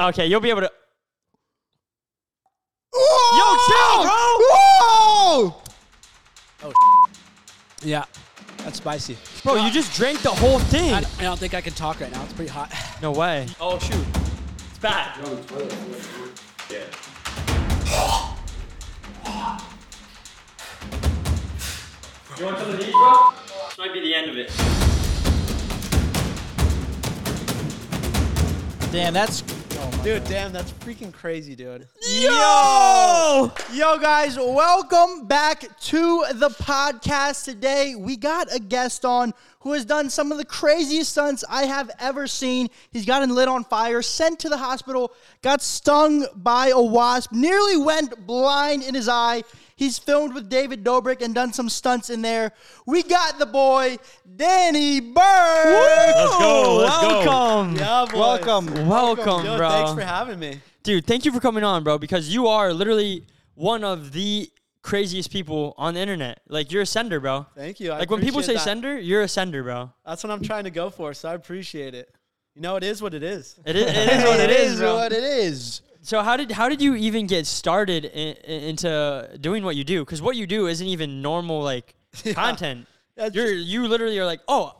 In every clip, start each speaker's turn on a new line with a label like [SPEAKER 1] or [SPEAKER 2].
[SPEAKER 1] Okay, you'll be able to.
[SPEAKER 2] Whoa!
[SPEAKER 1] Yo, chill, bro!
[SPEAKER 2] Whoa!
[SPEAKER 3] Yeah, that's spicy.
[SPEAKER 1] Bro, you just drank the whole
[SPEAKER 3] I, I
[SPEAKER 1] thing.
[SPEAKER 3] don't think I can talk right now. It's pretty hot.
[SPEAKER 1] No way.
[SPEAKER 3] Oh shoot!
[SPEAKER 1] It's bad. You want some of these, bro? This might be the end of it.
[SPEAKER 3] Damn, that's
[SPEAKER 2] Dude, damn, that's freaking crazy, dude.
[SPEAKER 3] yo.
[SPEAKER 2] Yo, guys, welcome back to the podcast. Today, we got a guest on who has done some of the craziest stunts I have ever seen. He's gotten lit on fire, sent to the hospital, got stung by a wasp, nearly went blind in his eye. He's filmed with David Dobrik and done some stunts in there. We got the boy, Danny Burke.
[SPEAKER 1] Let's go, let's go.
[SPEAKER 2] welcome.
[SPEAKER 3] Yeah, boy.
[SPEAKER 2] Welcome.
[SPEAKER 1] Welcome,
[SPEAKER 3] Yo,
[SPEAKER 1] bro.
[SPEAKER 3] thanks for having me.
[SPEAKER 1] Dude, thank you for coming on, bro, because you are literally one of the craziest people on the internet. Like, you're a sender, bro.
[SPEAKER 3] Thank you. I
[SPEAKER 1] Like, when people say
[SPEAKER 3] appreciate that.
[SPEAKER 1] sender, you're a sender, bro.
[SPEAKER 3] that's what I'm trying to go for. So I appreciate it. You know, it is what it is.
[SPEAKER 1] It is, it is what it is, bro.
[SPEAKER 2] what it is.
[SPEAKER 1] So how did how did you even get started in, in- into doing what you do? Because what you do isn't even normal like content.
[SPEAKER 3] That's
[SPEAKER 1] You're you literally are like, oh,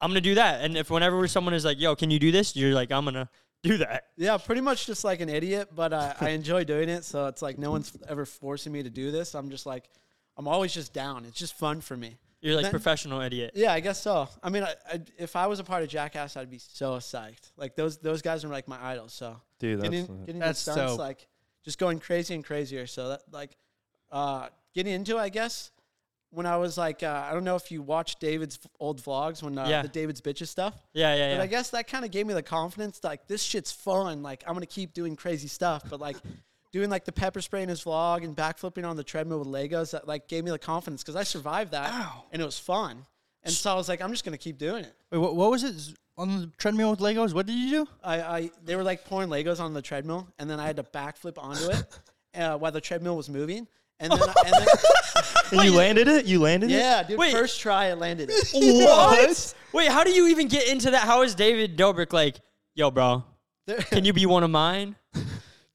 [SPEAKER 1] I'm gonna do that. And if whenever someone is like, yo, can you do this? You're like, I'm gonna do that.
[SPEAKER 3] Yeah, pretty much just like an idiot, but I, I enjoy doing it. So it's like no one's ever forcing me to do this. I'm just like, I'm always just down. It's just fun for me.
[SPEAKER 1] You're like
[SPEAKER 3] Then-
[SPEAKER 1] professional idiot.
[SPEAKER 3] Yeah, I guess so. I mean, I, I, if I was a part of Jackass, I'd be so psyched. Like those those guys are like my idols. So
[SPEAKER 4] Dude, that's
[SPEAKER 3] getting,
[SPEAKER 4] lit.
[SPEAKER 3] getting
[SPEAKER 2] That's
[SPEAKER 3] that's stunts,
[SPEAKER 2] dope.
[SPEAKER 3] like just going crazy and crazier. So that like uh, getting into, it, I guess when I was like, uh, I don't know if you watched David's v- old vlogs when uh,
[SPEAKER 1] Yeah.
[SPEAKER 3] the David's bitches stuff.
[SPEAKER 1] Yeah, yeah,
[SPEAKER 3] But
[SPEAKER 1] yeah.
[SPEAKER 3] I guess that kind of gave me the confidence, like this shit's fun. Like I'm gonna keep doing crazy stuff, but like doing like the pepper spray in his vlog and backflipping on the treadmill with Legos, that like gave me the confidence because I survived that and it was fun. And so I was like, I'm just gonna keep doing it.
[SPEAKER 2] Wait, what, what was it Z- on the treadmill with Legos? What did you do?
[SPEAKER 3] I, I they were like pouring Legos on the treadmill, and then I had to backflip onto it uh, while the treadmill was moving. And then, I, and then
[SPEAKER 4] And you landed it? You landed it?
[SPEAKER 3] yeah, dude,
[SPEAKER 1] Wait.
[SPEAKER 3] first try it landed. It.
[SPEAKER 1] What? Wait, how do you even get into that? How is David Dobrik like, yo, bro,
[SPEAKER 3] There-
[SPEAKER 1] can you be one of mine?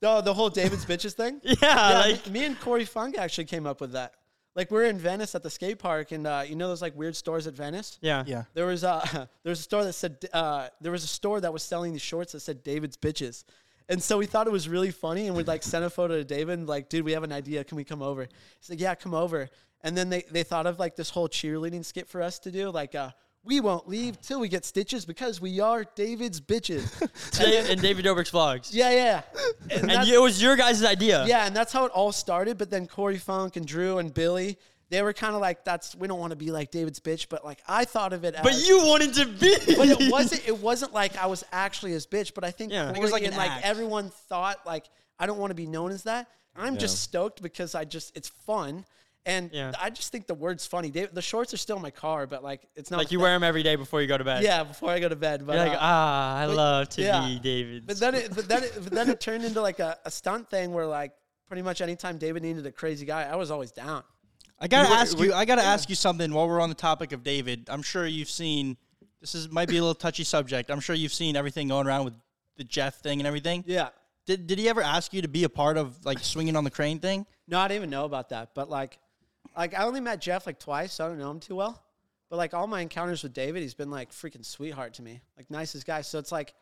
[SPEAKER 3] no, the whole David's bitches thing.
[SPEAKER 1] Yeah,
[SPEAKER 3] Yeah,
[SPEAKER 1] like
[SPEAKER 3] me, me and Corey Funk actually came up with that. Like we were in Venice at the skate park, and uh, you know those like weird stores at Venice.
[SPEAKER 1] yeah.
[SPEAKER 3] There was uh, there was a store that said uh, there was a store that was selling these shorts that said David's bitches, and so we thought it was really funny, and we'd like send a photo to David, and like, dude, we have an idea, can we come over? He's like, yeah, come over. And then they they thought of like this whole cheerleading skit for us to do, like. Uh, we won't leave till we get stitches because we are David's bitches.
[SPEAKER 1] Today in David Dobrik's vlogs.
[SPEAKER 3] yeah, yeah. And
[SPEAKER 1] And
[SPEAKER 3] that's-
[SPEAKER 1] you- it was your guys' idea.
[SPEAKER 3] yeah, and that's how it all started. But then Corey Funk and Drew and Billy, they were kind of like, "That's we don't want to be like David's bitch," but like I thought of it.
[SPEAKER 1] But
[SPEAKER 3] as,
[SPEAKER 1] you wanted to be.
[SPEAKER 3] but it wasn't. It wasn't like I was actually his bitch. But I think
[SPEAKER 1] Yeah. I think it
[SPEAKER 3] Corey
[SPEAKER 1] was
[SPEAKER 2] like
[SPEAKER 3] and
[SPEAKER 2] an
[SPEAKER 3] like
[SPEAKER 2] act.
[SPEAKER 3] everyone thought like I don't want to be known as that. I'm just stoked because I just it's fun. And
[SPEAKER 1] Yeah.
[SPEAKER 3] I just think the word's funny. David, the shorts are still in my car, but like it's not
[SPEAKER 1] like
[SPEAKER 3] a
[SPEAKER 1] you
[SPEAKER 3] thing.
[SPEAKER 1] wear them every day before you go to bed.
[SPEAKER 3] Yeah, before I go to bed. But
[SPEAKER 1] You're like,
[SPEAKER 3] uh,
[SPEAKER 1] ah, I
[SPEAKER 3] but-
[SPEAKER 1] love to
[SPEAKER 3] yeah.
[SPEAKER 1] be David.
[SPEAKER 3] But then it, but then it, but then it turned into like a, a stunt thing where like pretty much anytime David needed a crazy guy, I was always down.
[SPEAKER 2] I gotta
[SPEAKER 1] We were-
[SPEAKER 2] ask
[SPEAKER 1] we-
[SPEAKER 2] you. I gotta ask you something while we're on the topic of David. I'm sure you've seen. This is might be a little touchy subject. I'm sure you've seen everything going around with the Jeff thing and everything.
[SPEAKER 3] Yeah.
[SPEAKER 2] Did Did he ever ask you to be a part of like swinging on the crane thing?
[SPEAKER 3] No, I didn't even know about that. But like, like I only met Jeff like twice, so I don't know him too well. But like all my encounters with David, he's been like freaking sweetheart to me, like nicest guy. So it's like,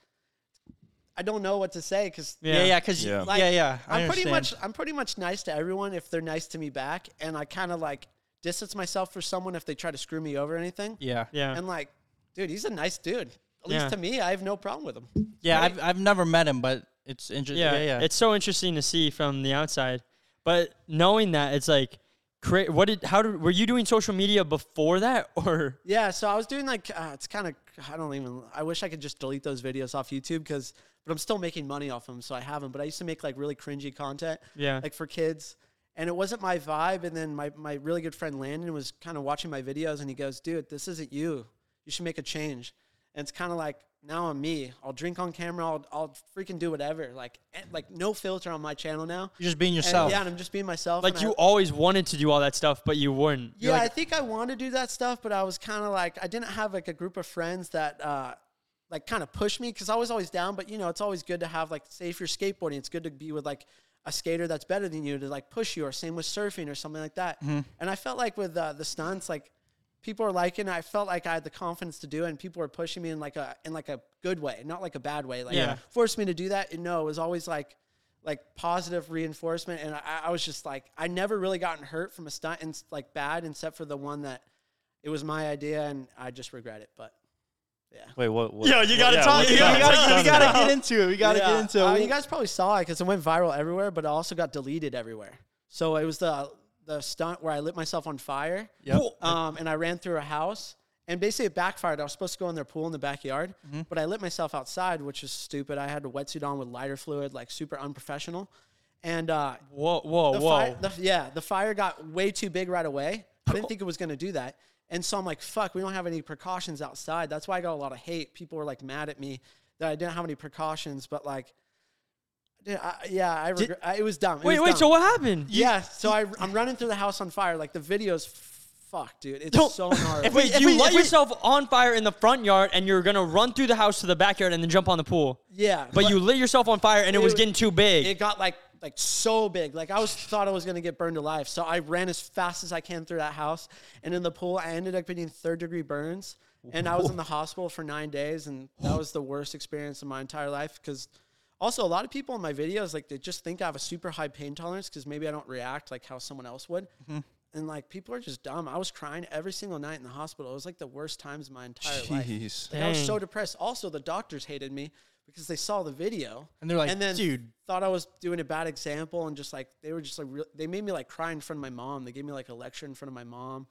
[SPEAKER 3] I don't know what to say because
[SPEAKER 1] Yeah.
[SPEAKER 2] Yeah, yeah. Because yeah.
[SPEAKER 4] Yeah.
[SPEAKER 2] yeah, I
[SPEAKER 3] I'm pretty much
[SPEAKER 2] understand.
[SPEAKER 3] I'm pretty much nice to everyone if they're nice to me back, and I kind of like distance myself for someone if they try to screw me over or anything.
[SPEAKER 2] Yeah, yeah.
[SPEAKER 1] yeah.
[SPEAKER 3] And like, dude, he's a nice dude. At
[SPEAKER 1] Yeah.
[SPEAKER 3] least to me, I have no problem with him.
[SPEAKER 2] I've I've never met him, but it's interesting.
[SPEAKER 1] yeah,
[SPEAKER 2] Yeah, yeah.
[SPEAKER 1] It's so interesting to see from the outside, but knowing that it's like, cra- what did how did were you doing social media before that or
[SPEAKER 3] Yeah, so I was doing like uh, it's kind of I don't even I wish I could just delete those videos off YouTube because but I'm still making money off them, so I haven't. But I used to make like really cringy content,
[SPEAKER 1] Yeah.
[SPEAKER 3] like for kids, and it wasn't my vibe. And then my my really good friend Landon was kind of watching my videos, and he goes, "Dude, this isn't you. You should make a change." And it's kind of like now I'm me. I'll drink on camera. I'll I'll freaking do whatever. Like eh, like no filter on my channel now.
[SPEAKER 2] You're just being
[SPEAKER 3] And,
[SPEAKER 2] yourself.
[SPEAKER 3] yeah, and I'm just being myself.
[SPEAKER 1] like
[SPEAKER 3] and
[SPEAKER 1] you
[SPEAKER 3] I-
[SPEAKER 1] always wanted to do all that stuff but you wouldn't? You're
[SPEAKER 3] yeah,
[SPEAKER 1] like,
[SPEAKER 3] I think I wanted to do that stuff, but I was kind of like I didn't have like a group of friends that uh, like kind of push me because I was always down. But you know, it's always good to have like, say, if you're skateboarding, it's good to be with like a skater that's better than you to like push you, or same with surfing or something like that.
[SPEAKER 1] Mm-hmm.
[SPEAKER 3] And I felt like with uh, the stunts, like people are liking. it. I felt like I had the confidence to do it, and people were pushing me in like a in like a good way, not like a bad way. Like
[SPEAKER 1] Yeah.
[SPEAKER 3] forced me to do that. And no, it was always like like positive reinforcement, and I, I was just like I never really gotten hurt from a stunt and like bad, except for the one that it was my idea, and I just regret it. But.
[SPEAKER 4] Wait, what? what
[SPEAKER 1] Yo, you
[SPEAKER 4] what-
[SPEAKER 1] gotta
[SPEAKER 4] yeah,
[SPEAKER 1] talk-
[SPEAKER 4] what's
[SPEAKER 1] you
[SPEAKER 4] that?
[SPEAKER 1] gotta-
[SPEAKER 4] What's
[SPEAKER 1] you
[SPEAKER 4] that
[SPEAKER 1] gotta
[SPEAKER 4] about?
[SPEAKER 2] get into it. We gotta
[SPEAKER 3] Yeah.
[SPEAKER 2] get into it.
[SPEAKER 3] Uh, you guys probably saw it because it went viral everywhere, but it also got deleted everywhere. So it was the the stunt where I lit myself on fire. Um, and I ran through a house, and basically it backfired. I was supposed to go in their pool in the backyard,
[SPEAKER 1] Mm-hmm.
[SPEAKER 3] but I lit myself outside, which is stupid. I had a wetsuit on with lighter fluid, like super unprofessional. And uh,
[SPEAKER 1] Whoa, whoa,
[SPEAKER 3] the
[SPEAKER 1] whoa.
[SPEAKER 3] Fire, the, yeah, the fire got way too big right away. I didn't think it was going to do that. And so I'm like, fuck, we don't have any precautions outside. That's why I got a lot of hate. People were like mad at me that I didn't have any precautions, but like, dude, I, yeah, I, regret, I it was dumb. It
[SPEAKER 1] wait,
[SPEAKER 3] was
[SPEAKER 1] wait.
[SPEAKER 3] dumb.
[SPEAKER 1] So what happened?
[SPEAKER 3] yeah, so I, I'm running through the house on fire. Like the video's fuck, dude. It's
[SPEAKER 1] Don't-
[SPEAKER 3] so gnarly.
[SPEAKER 1] If Wait,
[SPEAKER 2] we- if
[SPEAKER 1] you
[SPEAKER 2] we-
[SPEAKER 1] light
[SPEAKER 2] if we-
[SPEAKER 1] yourself on fire in the front yard and you're gonna run through the house to the backyard and then jump on the pool.
[SPEAKER 3] yeah,
[SPEAKER 1] But, you lit yourself on fire and it, was
[SPEAKER 3] was-
[SPEAKER 1] getting too big.
[SPEAKER 3] it got like like so big. Like I was thought I was gonna get burned alive. So I ran as fast as I can through that house and in the pool. I ended up getting third degree burns, and I was in the hospital for nine days, and that was the worst experience of my entire life. Because also a lot of people in my videos like they just think I have a super high pain tolerance because maybe I don't react like how someone else would.
[SPEAKER 2] Mm-hmm.
[SPEAKER 3] And like people are just dumb. I was crying every single night in the hospital. It was like the worst times of my entire life.
[SPEAKER 4] Jeez.
[SPEAKER 3] Like, I was
[SPEAKER 1] Dang.
[SPEAKER 3] so depressed. Also, the doctors hated me because they saw the video
[SPEAKER 2] And they're like,
[SPEAKER 3] then
[SPEAKER 2] "Dude."
[SPEAKER 3] thought I was doing a bad example, and just like they were just like real, they made me like cry in front of my mom. They gave me like a lecture in front of my mom.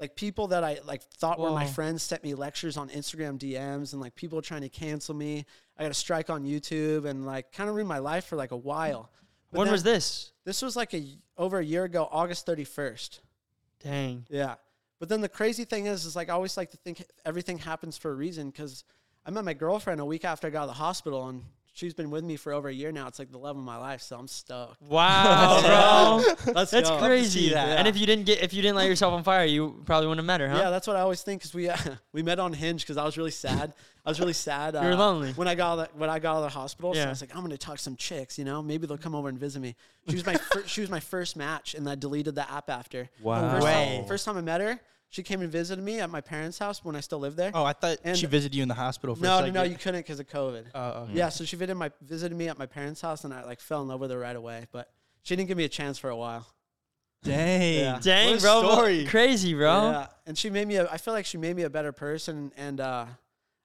[SPEAKER 3] Like people that I like thought were my
[SPEAKER 1] Whoa.
[SPEAKER 3] friends sent me lectures on Instagram DMs, and like people trying to cancel me. I got a strike on YouTube, and like kind of ruined my life for like a while. But
[SPEAKER 1] when
[SPEAKER 3] then-
[SPEAKER 1] was this?
[SPEAKER 3] This was like a y- over a year ago, August thirty first.
[SPEAKER 1] Dang.
[SPEAKER 3] Yeah. But then the crazy thing is, is like I always like to think everything happens for a reason because I met my girlfriend a week after I got out of the hospital and she's been with me for over a year now. It's like the love of my life. So I'm stoked.
[SPEAKER 1] Wow, bro.
[SPEAKER 3] Let's
[SPEAKER 1] That's
[SPEAKER 3] go.
[SPEAKER 1] crazy.
[SPEAKER 3] that.
[SPEAKER 1] And
[SPEAKER 3] Yeah.
[SPEAKER 1] if you didn't get, if you didn't light yourself on fire, you probably wouldn't have met her, huh?
[SPEAKER 3] Yeah, that's what I always think because we uh, we met on Hinge because I was really sad. I was really sad. Uh,
[SPEAKER 1] were lonely.
[SPEAKER 3] when I got out of the, when I got out of the hospital. So
[SPEAKER 1] Yeah.
[SPEAKER 3] I was like, I'm gonna talk some chicks, you know? Maybe they'll come over and visit me. She was my fir- she was my first match, and I deleted the app after.
[SPEAKER 4] Wow.
[SPEAKER 3] First
[SPEAKER 2] Way.
[SPEAKER 3] time, first time I met her, she came and visited me at my parents' house when I still lived there.
[SPEAKER 2] Oh, I thought
[SPEAKER 3] And-
[SPEAKER 2] she visited you in the hospital for a
[SPEAKER 3] No, no,
[SPEAKER 2] second.
[SPEAKER 3] no, you couldn't because of COVID.
[SPEAKER 2] Uh, okay.
[SPEAKER 3] Yeah, so she visited my visited me at my parents' house, and I like fell in love with her right away. But she didn't give me a chance for a while.
[SPEAKER 2] Dang.
[SPEAKER 3] Yeah.
[SPEAKER 1] Dang,
[SPEAKER 2] What a
[SPEAKER 1] bro.
[SPEAKER 2] story.
[SPEAKER 1] Crazy, bro.
[SPEAKER 3] Yeah, and she made me. A, I feel like she made me a better person, and uh,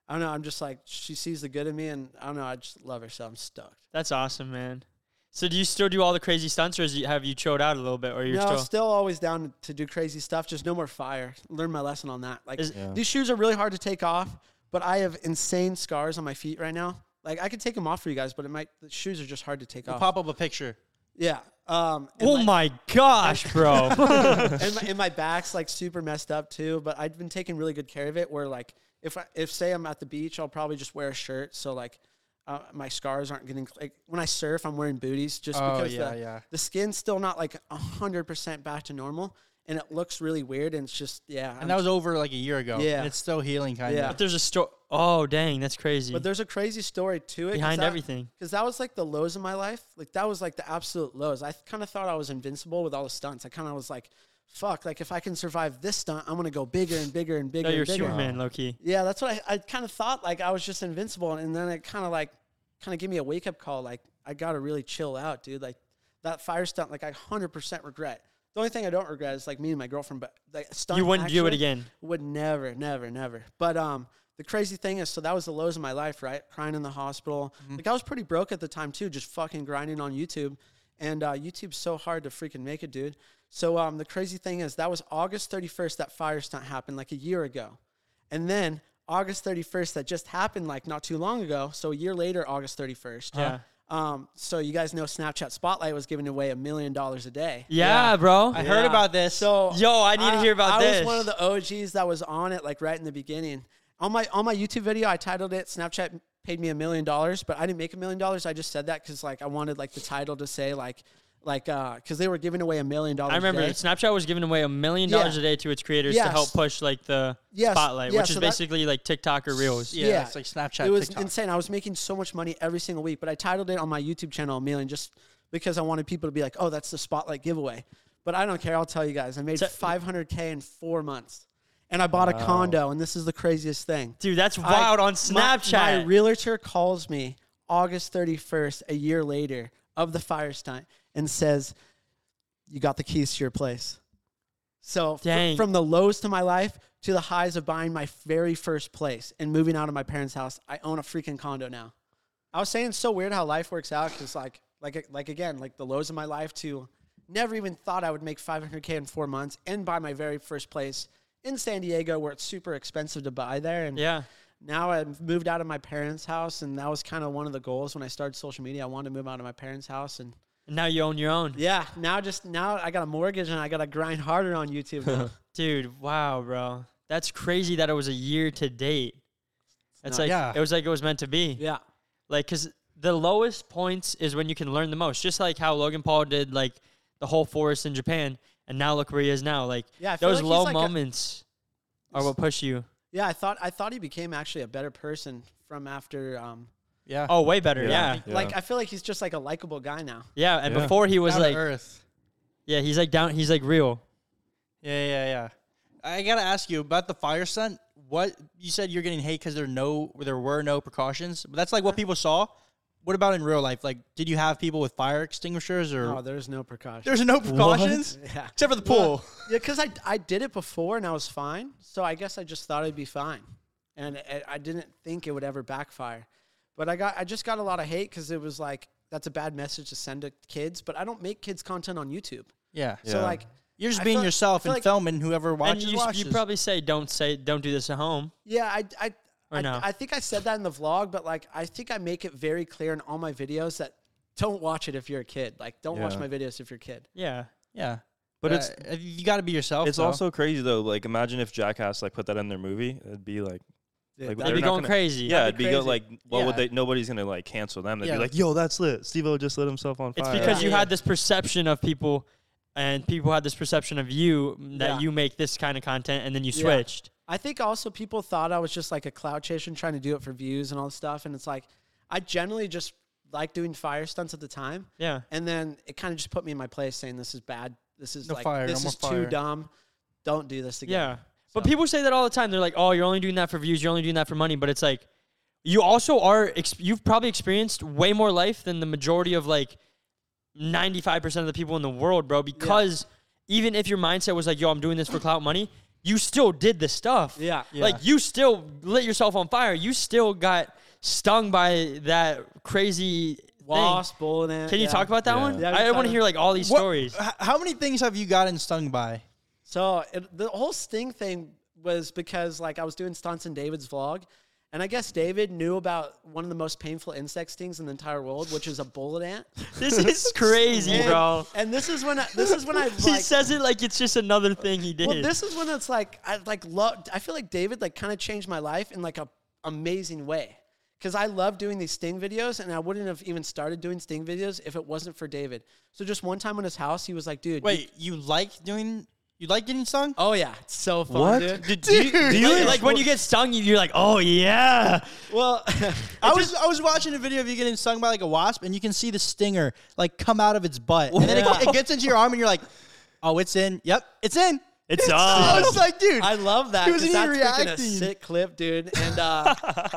[SPEAKER 3] I don't know. I'm just like she sees the good in me, and I don't know. I just love her, so I'm stoked.
[SPEAKER 1] That's awesome, man. So do you still do all the crazy stunts, or is you, have you chilled out a little bit, or you're
[SPEAKER 3] no,
[SPEAKER 1] still?
[SPEAKER 3] still always down to do crazy stuff. Just no more fire. Learn my lesson on that. Like
[SPEAKER 1] Is-
[SPEAKER 4] Yeah.
[SPEAKER 3] these shoes are really hard to take off, but I have insane scars on my feet right now. Like I could take them off for you guys, but it might. The shoes are just hard to take off.
[SPEAKER 2] Pop up a picture.
[SPEAKER 3] Yeah. Um. and,
[SPEAKER 1] oh
[SPEAKER 3] like-
[SPEAKER 1] my gosh, bro.
[SPEAKER 3] and, my, and my back's like super messed up too. But I've been taking really good care of it. Where like if I, if say I'm at the beach, I'll probably just wear a shirt. So like uh, my scars aren't getting like when I surf, I'm wearing booties just
[SPEAKER 2] Oh,
[SPEAKER 3] because
[SPEAKER 2] yeah,
[SPEAKER 3] the,
[SPEAKER 2] yeah.
[SPEAKER 3] the skin's still not like hundred percent back to normal, and it looks really weird. And it's just yeah. I'm
[SPEAKER 2] And that was over like a year ago.
[SPEAKER 3] Yeah.
[SPEAKER 2] And it's still healing, kind
[SPEAKER 3] Yeah.
[SPEAKER 2] of.
[SPEAKER 1] But there's a story. Oh, dang, that's crazy.
[SPEAKER 3] But there's a crazy story to it
[SPEAKER 1] Behind everything.
[SPEAKER 3] because that was like the lows of my life. Like that was like the absolute lows. I kind of thought I was invincible with all the stunts. I kind of was like, "Fuck!" Like if I can survive this stunt, I'm gonna go bigger and bigger and bigger.
[SPEAKER 1] no, you're
[SPEAKER 3] and bigger.
[SPEAKER 1] Superman, low key.
[SPEAKER 3] Yeah, that's what I, I kind of thought. Like I was just invincible, and then it kind of like kind of gave me a wake up call. Like I gotta really chill out, dude. Like that fire stunt, like I hundred percent regret. The only thing I don't regret is like me and my girlfriend, but like stunt.
[SPEAKER 1] You wouldn't do it
[SPEAKER 3] actually
[SPEAKER 1] again.
[SPEAKER 3] Would never, never, never. But um, the crazy thing is, so that was the lows of my life, right? Crying in the hospital.
[SPEAKER 1] Mm-hmm.
[SPEAKER 3] Like I was pretty broke at the time too, just fucking grinding on YouTube, and uh, YouTube's so hard to freaking make it, dude. So um, the crazy thing is, that was August thirty first. That fire stunt happened like a year ago. And then August 31st, that just happened like not too long ago. So a year later, August 31st.
[SPEAKER 1] Yeah.
[SPEAKER 3] Um, so you guys know Snapchat Spotlight was giving away a million dollars a day.
[SPEAKER 1] Yeah, bro.
[SPEAKER 2] I heard about this.
[SPEAKER 3] So
[SPEAKER 1] Yo, I need to hear about
[SPEAKER 3] I
[SPEAKER 1] this.
[SPEAKER 3] was one of the OGs that was on it like right in the beginning. On my on my YouTube video, I titled it Snapchat paid me a million dollars, but I didn't make a million dollars. I just said that because like I wanted like the title to say like like uh because they were giving away a million dollars.
[SPEAKER 1] I
[SPEAKER 3] a
[SPEAKER 1] remember
[SPEAKER 3] day.
[SPEAKER 1] Snapchat was giving away a million
[SPEAKER 3] Yeah.
[SPEAKER 1] dollars a day to its creators to
[SPEAKER 3] Yes.
[SPEAKER 1] help push like the
[SPEAKER 3] Yes,
[SPEAKER 1] spotlight,
[SPEAKER 3] yeah,
[SPEAKER 1] which
[SPEAKER 3] so
[SPEAKER 1] is
[SPEAKER 3] that-
[SPEAKER 1] basically like TikTok or Reels.
[SPEAKER 3] Yeah. Yeah.
[SPEAKER 2] it's like Snapchat.
[SPEAKER 3] it was
[SPEAKER 2] TikTok.
[SPEAKER 3] insane. I was making so much money every single week, but I titled it on my YouTube channel a million just because I wanted people to be like, "Oh, that's the spotlight giveaway." But I don't care. I'll tell you guys. I made
[SPEAKER 1] So-
[SPEAKER 3] 500k in four months, and I bought a condo. And this is the craziest thing.
[SPEAKER 1] Dude, that's
[SPEAKER 3] I-
[SPEAKER 1] wild on
[SPEAKER 3] my-
[SPEAKER 1] Snapchat.
[SPEAKER 3] My, realtor calls me August 31st, a year later, of the Firestein, and says, "You got the keys to your place." So fr-
[SPEAKER 1] Dang.
[SPEAKER 3] from the lows to my life to the highs of buying my very first place and moving out of my parents' house, I own a freaking condo now. I was saying it's so weird how life works out because like like like again like the lows of my life to never even thought I would make 500k in four months and buy my very first place in San Diego where it's super expensive to buy there and
[SPEAKER 1] yeah.
[SPEAKER 3] now I moved out of my parents' house, and that was kind of one of the goals when I started social media. I wanted to move out of my parents' house, and
[SPEAKER 1] And now you own your own.
[SPEAKER 3] yeah, now just now I got a mortgage and I got to grind harder on YouTube. Now.
[SPEAKER 1] Dude, wow, bro. That's crazy that it was a year to date. It's
[SPEAKER 3] not-
[SPEAKER 1] like
[SPEAKER 2] Yeah.
[SPEAKER 1] it was like it was meant to be.
[SPEAKER 3] yeah,
[SPEAKER 1] Like, cause the lowest points is when you can learn the most. Just like how Logan Paul did, like the whole forest in Japan, and now look where he is now. Like,
[SPEAKER 3] Yeah, I feel
[SPEAKER 1] those
[SPEAKER 3] like he's
[SPEAKER 1] low
[SPEAKER 3] like a-
[SPEAKER 1] moments are what push you.
[SPEAKER 3] yeah. I thought I thought he became actually a better person from after. Um,
[SPEAKER 2] yeah.
[SPEAKER 1] Oh, way better. Yeah,
[SPEAKER 4] Yeah.
[SPEAKER 1] yeah.
[SPEAKER 3] like I feel like he's just like a likable guy now.
[SPEAKER 1] and
[SPEAKER 4] Yeah.
[SPEAKER 1] before he was
[SPEAKER 2] Down to
[SPEAKER 1] like,
[SPEAKER 2] Earth.
[SPEAKER 1] yeah, he's like down. He's like real.
[SPEAKER 2] Yeah, yeah, yeah. I gotta ask you about the fire scent. What you said you're getting hate because there no there were no precautions. But that's like what people saw. What about in real life? Like, did you have people with fire extinguishers or
[SPEAKER 3] Oh, there's no precaution.
[SPEAKER 2] there's no precautions
[SPEAKER 3] Yeah.
[SPEAKER 2] except for the pool?
[SPEAKER 3] yeah, because I I did it before and I was fine, so I guess I just thought it'd be fine, and I, I didn't think it would ever backfire, but I got I just got a lot of hate because it was like that's a bad message to send to kids, but I don't make kids content on YouTube,
[SPEAKER 2] Yeah,
[SPEAKER 3] so
[SPEAKER 4] Yeah.
[SPEAKER 3] like
[SPEAKER 2] you're just
[SPEAKER 3] I
[SPEAKER 2] being
[SPEAKER 3] feel-
[SPEAKER 2] yourself
[SPEAKER 3] feel
[SPEAKER 2] and
[SPEAKER 3] like-
[SPEAKER 2] filming whoever watches.
[SPEAKER 1] and you, s-
[SPEAKER 2] watches.
[SPEAKER 1] you probably say don't say don't do this at home.
[SPEAKER 3] yeah I I.
[SPEAKER 1] Or
[SPEAKER 3] I,
[SPEAKER 1] no?
[SPEAKER 3] I think I said that in the vlog, but like I think I make it very clear in all my videos that don't watch it if you're a kid. Like don't watch
[SPEAKER 4] Yeah.
[SPEAKER 3] my videos if you're a kid.
[SPEAKER 1] Yeah,
[SPEAKER 2] yeah, Uh,
[SPEAKER 4] But
[SPEAKER 2] but
[SPEAKER 4] it's-
[SPEAKER 2] it's you got to be yourself.
[SPEAKER 4] It's
[SPEAKER 2] though.
[SPEAKER 4] also crazy though. Like, imagine if Jackass like put that in their movie, it'd be like,
[SPEAKER 3] Dude,
[SPEAKER 4] Like,
[SPEAKER 3] that-
[SPEAKER 1] that'd be
[SPEAKER 4] not
[SPEAKER 1] going
[SPEAKER 4] gonna-
[SPEAKER 1] crazy.
[SPEAKER 4] yeah,
[SPEAKER 3] That'd
[SPEAKER 4] it'd
[SPEAKER 3] be
[SPEAKER 4] be go,
[SPEAKER 3] crazy.
[SPEAKER 4] like, what would
[SPEAKER 2] Yeah.
[SPEAKER 4] they? Nobody's gonna like cancel them. They'd
[SPEAKER 2] Yeah.
[SPEAKER 4] be like, yo, that's lit. Steve-O just lit himself on
[SPEAKER 1] It's
[SPEAKER 4] fire.
[SPEAKER 1] because you
[SPEAKER 3] Yeah.
[SPEAKER 1] had this perception of people, and people had this perception of you that
[SPEAKER 3] Yeah.
[SPEAKER 1] you make this kind of content, and then you
[SPEAKER 3] Yeah.
[SPEAKER 1] switched.
[SPEAKER 3] I think also people thought I was just like a cloud chaser and trying to do it for views and all this stuff. And it's like, I generally just like doing fire stunts at the time.
[SPEAKER 1] Yeah,
[SPEAKER 3] And then it kind of just put me in my place saying, this is bad. This is
[SPEAKER 2] No
[SPEAKER 3] like,
[SPEAKER 2] fire, no
[SPEAKER 3] this
[SPEAKER 2] more
[SPEAKER 3] is
[SPEAKER 2] fire."
[SPEAKER 3] too dumb. Don't do this
[SPEAKER 1] yeah.
[SPEAKER 3] again.
[SPEAKER 1] But people say that all the time. They're like, "Oh, you're only doing that for views. You're only doing that for money." But it's like, you also are. Ex- you've probably experienced way more life than the majority of like ninety five percent of the people in the world, bro. Because even if your mindset was like, "Yo, I'm doing this for clout money," you still did the stuff.
[SPEAKER 3] Yeah. Yeah.
[SPEAKER 1] Like you still lit yourself on fire. You still got stung by that crazy thing.
[SPEAKER 3] Wasp, bullet ant,
[SPEAKER 1] Can you
[SPEAKER 3] yeah.
[SPEAKER 1] talk about that
[SPEAKER 4] Yeah.
[SPEAKER 1] one?
[SPEAKER 3] Yeah, we
[SPEAKER 1] I
[SPEAKER 3] can
[SPEAKER 1] want
[SPEAKER 3] talk
[SPEAKER 1] to hear like all these
[SPEAKER 2] What-
[SPEAKER 1] stories.
[SPEAKER 2] h- how many things have you gotten stung by?
[SPEAKER 3] So it, the whole sting thing was because like I was doing stunts in David's vlog, and I guess David knew about one of the most painful insect stings in the entire world, which is a bullet ant.
[SPEAKER 1] This is crazy,
[SPEAKER 3] And-
[SPEAKER 1] bro.
[SPEAKER 3] And this is when I, this is when I
[SPEAKER 1] He
[SPEAKER 3] like,
[SPEAKER 1] says it like it's just another thing he did.
[SPEAKER 3] Well, this is when it's like I like love. I feel like David like kind of changed my life in like a amazing way because I love doing these sting videos, and I wouldn't have even started doing sting videos if it wasn't for David. So just one time in his house, he was like, "Dude, you-
[SPEAKER 2] Wait, you like doing? You like getting stung?
[SPEAKER 3] oh yeah, it's so fun,
[SPEAKER 4] What?
[SPEAKER 3] dude."
[SPEAKER 4] do you-
[SPEAKER 1] like, like when you get stung, you- you're like, oh yeah.
[SPEAKER 3] well,
[SPEAKER 2] I was I was watching a video of you getting stung by like a wasp, and you can see the stinger like come out of its butt, and then
[SPEAKER 3] Yeah.
[SPEAKER 2] it, it gets into your arm, and you're like, "Oh, it's in. Yep, it's in.
[SPEAKER 1] It's
[SPEAKER 2] I
[SPEAKER 1] up.
[SPEAKER 2] was like, dude,
[SPEAKER 3] I love that.
[SPEAKER 2] He wasn't
[SPEAKER 3] 'cause that's
[SPEAKER 2] even
[SPEAKER 3] freaking
[SPEAKER 2] reacting.
[SPEAKER 3] A sick clip, dude. And uh,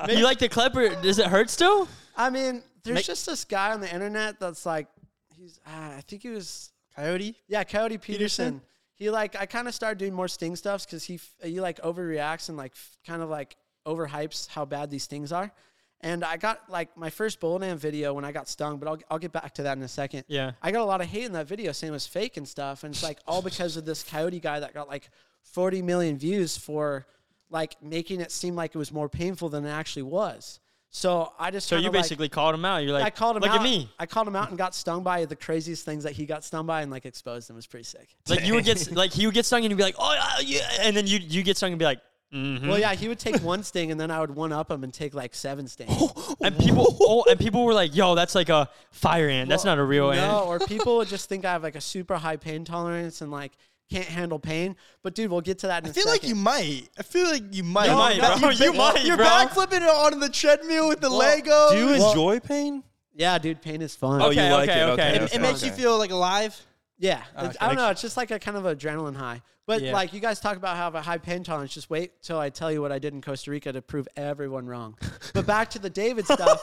[SPEAKER 1] You like the clip or does it hurt still?
[SPEAKER 3] I mean, there's
[SPEAKER 2] Make-
[SPEAKER 3] just this guy on the internet that's like, he's uh, I think he was
[SPEAKER 2] coyote.
[SPEAKER 3] Yeah, Coyote Peterson.
[SPEAKER 2] Peterson?
[SPEAKER 3] He like I kind of started doing more sting stuffs because he f- he like overreacts and like f- kind of like overhypes how bad these stings are. And I got like my first bullet ant video when I got stung, but I'll I'll get back to that in a second.
[SPEAKER 1] Yeah.
[SPEAKER 3] I got a lot of hate in that video saying it was fake and stuff, and it's like all because of this coyote guy that got like 40 million views for like making it seem like it was more painful than it actually was. So I just
[SPEAKER 1] So you
[SPEAKER 3] kinda, like-
[SPEAKER 1] basically called him out. You're like,
[SPEAKER 3] I called him
[SPEAKER 1] look
[SPEAKER 3] out.
[SPEAKER 1] at me.
[SPEAKER 3] I called him out and got stung by the craziest things that he got stung by and like exposed them. It was pretty sick.
[SPEAKER 1] Like you would get like he would get stung and you'd be like, oh yeah, yeah," and then you you get stung and be like,
[SPEAKER 3] Well, yeah, he would take one sting, and then I would one up him and take like seven stings.
[SPEAKER 1] And people, oh, and people were like, "Yo, that's like a fire ant. That's not a real
[SPEAKER 3] No,
[SPEAKER 1] ant."
[SPEAKER 3] or people would just think I have like a super high pain tolerance and like can't handle pain. But dude, we'll get to that. In
[SPEAKER 2] I feel like you might. I feel like you might.
[SPEAKER 1] You might,
[SPEAKER 2] That-
[SPEAKER 1] bro. You
[SPEAKER 2] ba-
[SPEAKER 1] might,
[SPEAKER 2] You're
[SPEAKER 1] bro.
[SPEAKER 2] backflipping it on the treadmill with the Lego.
[SPEAKER 4] Do you
[SPEAKER 2] Well,
[SPEAKER 4] enjoy pain?
[SPEAKER 3] Yeah, dude, pain is fun.
[SPEAKER 4] Oh,
[SPEAKER 1] Okay,
[SPEAKER 4] you like
[SPEAKER 1] okay,
[SPEAKER 4] it?
[SPEAKER 1] okay.
[SPEAKER 4] Okay,
[SPEAKER 1] It-
[SPEAKER 2] It makes you feel like alive.
[SPEAKER 3] Yeah, it's- I
[SPEAKER 4] okay.
[SPEAKER 3] don't know. It's just like a kind of adrenaline high. But
[SPEAKER 1] Yeah.
[SPEAKER 3] like you guys talk about how I have a high pain tolerance. Just wait till I tell you what I did in Costa Rica to prove everyone wrong. but back to the David stuff.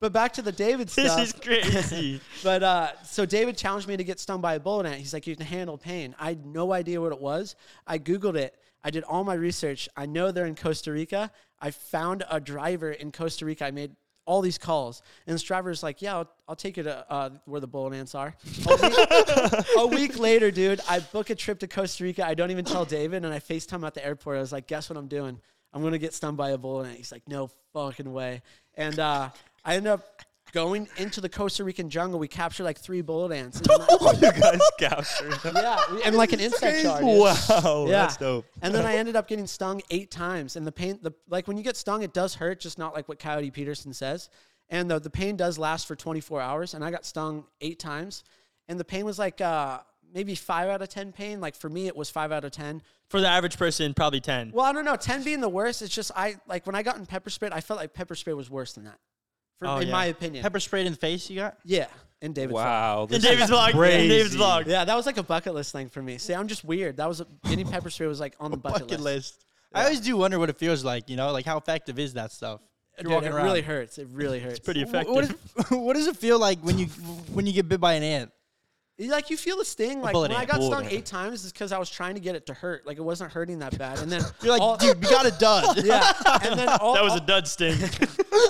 [SPEAKER 3] But back to the David
[SPEAKER 1] This
[SPEAKER 3] stuff.
[SPEAKER 1] is crazy.
[SPEAKER 3] But uh, so David challenged me to get stung by a bullet ant. He's like, you can handle pain. I had no idea what it was. I Googled it. I did all my research. I know they're in Costa Rica. I found a driver in Costa Rica. I made all these calls. And this driver's like, yeah, I'll, I'll take you to uh, where the bullet ants are. A week, a week later, dude, I book a trip to Costa Rica. I don't even tell David. And I FaceTime at the airport. I was like, guess what I'm doing? I'm going to get stung by a bullet ant. He's like, no fucking way. And uh, I ended up going into the Costa Rican jungle, we captured like three bullet ants. And,
[SPEAKER 4] you guys captured.
[SPEAKER 3] yeah, we- and like an insect charge.
[SPEAKER 4] wow,
[SPEAKER 3] Yeah.
[SPEAKER 4] that's dope.
[SPEAKER 3] And then I ended up getting stung eight times. And the pain, the like when you get stung, it does hurt, just not like what Coyote Peterson says. And the, the pain does last for 24 hours. And I got stung eight times. And the pain was like uh, maybe five out of 10 pain. Like for me, it was five out of 10.
[SPEAKER 1] For the average person, probably ten.
[SPEAKER 3] Well, I don't know. 10 being the worst, it's just I like when I got in pepper spray, I felt like pepper spray was worse than that. For,
[SPEAKER 1] Oh,
[SPEAKER 3] in
[SPEAKER 1] yeah.
[SPEAKER 3] my opinion.
[SPEAKER 2] Pepper sprayed in the face. You got.
[SPEAKER 3] yeah. And David. Fry.
[SPEAKER 4] Wow,
[SPEAKER 1] In
[SPEAKER 4] this
[SPEAKER 1] David's vlog. In David's
[SPEAKER 4] crazy.
[SPEAKER 1] vlog.
[SPEAKER 3] Yeah, that was like a bucket list thing for me. See, I'm just weird. That was a, getting pepper spray was like on the bucket,
[SPEAKER 2] bucket
[SPEAKER 3] list.
[SPEAKER 2] list. I always do wonder what it feels like, you know, like how effective is that stuff? If
[SPEAKER 3] Dude, it really hurts. It really hurts.
[SPEAKER 1] Pretty
[SPEAKER 2] Wh-
[SPEAKER 1] effective.
[SPEAKER 2] What, is- what does it feel like when you when you get bit by an ant?
[SPEAKER 3] You- Like you feel the sting. Like
[SPEAKER 2] bullet
[SPEAKER 3] when I
[SPEAKER 2] ant,
[SPEAKER 3] got
[SPEAKER 4] bullet
[SPEAKER 3] stung
[SPEAKER 4] ant.
[SPEAKER 3] eight times is because I was trying to get it to hurt. Like it wasn't hurting that bad. And then
[SPEAKER 2] You're like,
[SPEAKER 3] all-
[SPEAKER 2] dude, we got it done.
[SPEAKER 3] yeah. And then all,
[SPEAKER 1] that was a dud sting.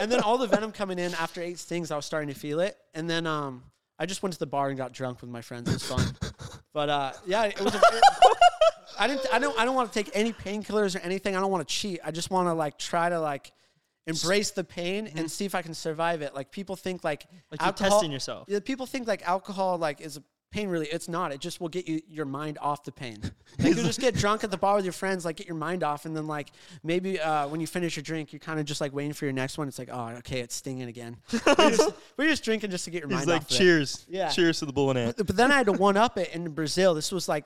[SPEAKER 3] and then all the venom coming in after eight stings, I was starting to feel it. And then um, I just went to the bar and got drunk with my friends. It was fun. but uh, yeah, it was. A, I didn't. I don't. I don't want to take any painkillers or anything. I don't want to cheat. I just want to like try to like embrace the pain and see if I can survive it. Like people think like
[SPEAKER 1] Mm-hmm. Like you're testing yourself.
[SPEAKER 3] Yeah, people think like alcohol like is. a Pain really, it's not. It just will get you your mind off the pain. Like you just get drunk at the bar with your friends, like get your mind off, and then like maybe uh, when you finish your drink, you're kind of just like waiting for your next one. It's like, oh, okay, it's stinging again. we're, just, we're just drinking just to get your
[SPEAKER 4] He's
[SPEAKER 3] mind
[SPEAKER 4] like,
[SPEAKER 3] off. of it.
[SPEAKER 4] cheers.
[SPEAKER 3] Yeah.
[SPEAKER 4] Cheers to the bullet ant.
[SPEAKER 3] But then I had to one up it in Brazil. This was like,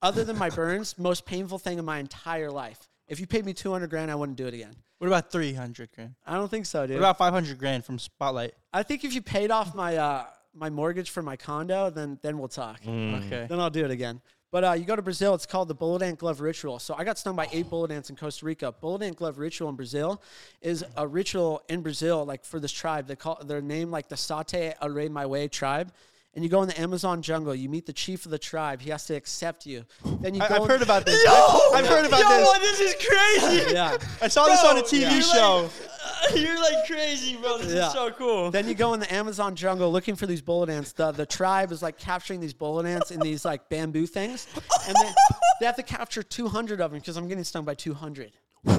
[SPEAKER 3] other than my burns, most painful thing in my entire life. If you paid me 200 grand, I wouldn't do it again.
[SPEAKER 2] What about three hundred grand?
[SPEAKER 3] I don't think so,
[SPEAKER 2] What
[SPEAKER 3] dude.
[SPEAKER 2] about five hundred grand from Spotlight?
[SPEAKER 3] I think if you paid off my uh, my mortgage for my condo, then then we'll talk.
[SPEAKER 2] Mm-hmm. Okay.
[SPEAKER 3] Then I'll do it again. But uh, you go to Brazil, it's called the bullet ant glove ritual. So I got stung by eight bullet ants in Costa Rica. Bullet ant glove ritual in Brazil is a ritual in Brazil, like for this tribe. They call their name like the Sate Array My Way tribe. And you go in the Amazon jungle, you meet the chief of the tribe. He has to accept you. Then you
[SPEAKER 2] I,
[SPEAKER 3] go
[SPEAKER 2] have
[SPEAKER 3] in-
[SPEAKER 2] heard about this. I, have heard about
[SPEAKER 1] Yo,
[SPEAKER 2] this.
[SPEAKER 1] this is crazy.
[SPEAKER 3] Yeah.
[SPEAKER 2] I saw this
[SPEAKER 1] Bro,
[SPEAKER 2] on a TV
[SPEAKER 1] you're
[SPEAKER 2] show.
[SPEAKER 1] Like, you're like crazy, bro. This
[SPEAKER 3] Yeah.
[SPEAKER 1] is so cool.
[SPEAKER 3] then you go in the Amazon jungle looking for these bullet ants. The, the tribe is like capturing these bullet ants in these like bamboo things. And they, they have to capture 200 of them because I'm getting stung by 200.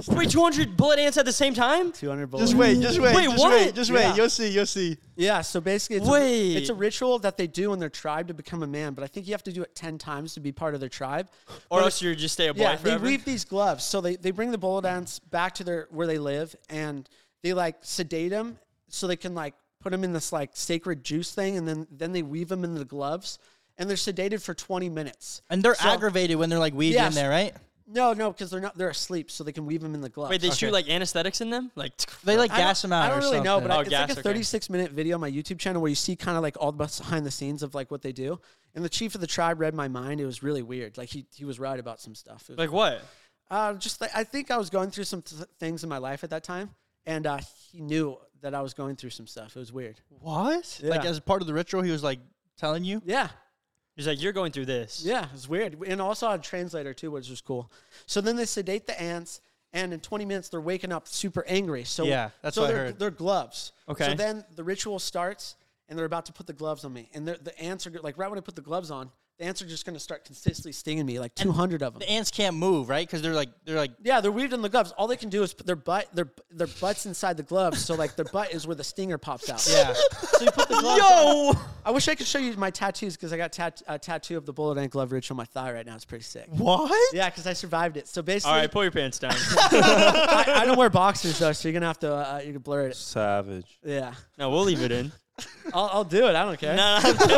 [SPEAKER 1] Wait, 200 bullet ants at the same time?
[SPEAKER 3] 200 bullet
[SPEAKER 2] just
[SPEAKER 3] ants.
[SPEAKER 2] wait, just wait,
[SPEAKER 1] Wait,
[SPEAKER 2] just
[SPEAKER 1] what?
[SPEAKER 2] wait, just wait.
[SPEAKER 3] Yeah.
[SPEAKER 2] You'll see, you'll see.
[SPEAKER 3] Yeah, so basically, it's,
[SPEAKER 1] Wait.
[SPEAKER 3] A, it's a ritual that they do in their tribe to become a man, but I think you have to do it 10 times to be part of their tribe.
[SPEAKER 1] Or
[SPEAKER 3] But
[SPEAKER 1] else you just stay a boy
[SPEAKER 3] yeah,
[SPEAKER 1] forever.
[SPEAKER 3] they weave these gloves. So they, they bring the bullet ants back to their where they live and they like sedate them so they can like put them in this like sacred juice thing and then, then they weave them into the gloves and they're sedated for 20 minutes.
[SPEAKER 2] And they're
[SPEAKER 3] So-
[SPEAKER 2] aggravated when they're like weaving
[SPEAKER 3] Yes.
[SPEAKER 2] in there, right?
[SPEAKER 3] No, no, because they're not, they're asleep so they can weave them in the gloves.
[SPEAKER 1] Wait, they shoot
[SPEAKER 2] Okay.
[SPEAKER 1] like anesthetics in them? Like,
[SPEAKER 2] They like
[SPEAKER 3] I don't-
[SPEAKER 2] gas them out.
[SPEAKER 3] I don't
[SPEAKER 2] or
[SPEAKER 3] really know,
[SPEAKER 2] something.
[SPEAKER 3] but I,
[SPEAKER 1] Oh,
[SPEAKER 3] it's
[SPEAKER 1] gas,
[SPEAKER 3] like a
[SPEAKER 1] okay.
[SPEAKER 3] 36 minute video on my YouTube channel where you see kind of like all the behind the scenes of like what they do. And the chief of the tribe read my mind. It was really weird. Like he he was right about some stuff. It was-
[SPEAKER 1] like what?
[SPEAKER 3] uh, just like, I think I was going through some th- things in my life at that time, and uh, he knew that I was going through some stuff. It was weird.
[SPEAKER 2] what? Like
[SPEAKER 3] Yeah.
[SPEAKER 2] as part of the ritual, he was like telling you.
[SPEAKER 3] Yeah,
[SPEAKER 1] He's like, you're going through this.
[SPEAKER 3] Yeah, it was weird. And also I had a translator too, which was cool. So then they sedate the ants, and in 20 minutes they're waking up super angry. So
[SPEAKER 2] Yeah, that's
[SPEAKER 3] so
[SPEAKER 2] what I
[SPEAKER 3] they're-
[SPEAKER 2] heard.
[SPEAKER 3] They're gloves.
[SPEAKER 1] Okay.
[SPEAKER 3] So then the ritual starts, and they're about to put the gloves on me, and they're- the ants are go- like right when I put the gloves on, the ants are just gonna start consistently stinging me, like two hundred of them.
[SPEAKER 2] The ants can't move, right? Because they're like they're like
[SPEAKER 3] Yeah, they're weaved in the gloves. All they can do is put their butt, their their butts inside the gloves. So like their butt is where the stinger pops out.
[SPEAKER 2] yeah.
[SPEAKER 3] So you put the gloves. on.
[SPEAKER 1] Yo,
[SPEAKER 3] I wish I could show you my tattoos because I got tat- a tattoo of the bullet and glove ridge on my thigh right now. It's pretty sick.
[SPEAKER 2] what?
[SPEAKER 3] Yeah, because I survived it. So basically,
[SPEAKER 1] all right, pull your pants down.
[SPEAKER 3] I, I don't wear boxers though, so you're gonna have to uh, you can blur it.
[SPEAKER 4] Savage.
[SPEAKER 3] Yeah,
[SPEAKER 1] no, we'll leave it in.
[SPEAKER 3] I'll, I'll do it. I don't care.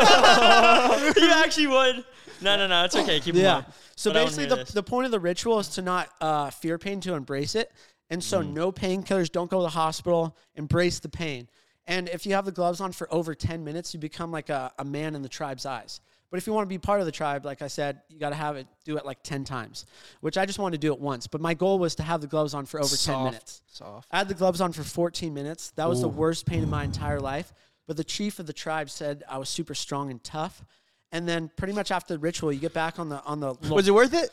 [SPEAKER 1] you actually would. No, no, no, it's okay. Keep
[SPEAKER 3] Yeah.
[SPEAKER 1] them up.
[SPEAKER 3] So
[SPEAKER 1] But I wanna
[SPEAKER 3] basically,
[SPEAKER 1] hear
[SPEAKER 3] the,
[SPEAKER 1] this.
[SPEAKER 3] the point of the ritual is to not uh, fear pain, to embrace it. And so,
[SPEAKER 1] Mm.
[SPEAKER 3] no painkillers, don't go to the hospital, embrace the pain. And if you have the gloves on for over 10 minutes, you become like a, a man in the tribe's eyes. But if you want to be part of the tribe, like I said, you got to have it do it like 10 times, which I just wanted to do it once. But my goal was to have the gloves on for over 10 minutes. I had the gloves on for 14 minutes. That was the worst pain in my entire life. But the chief of the tribe said I was super strong and tough. And then pretty much after the ritual, you get back on the on the.
[SPEAKER 2] Was it worth it?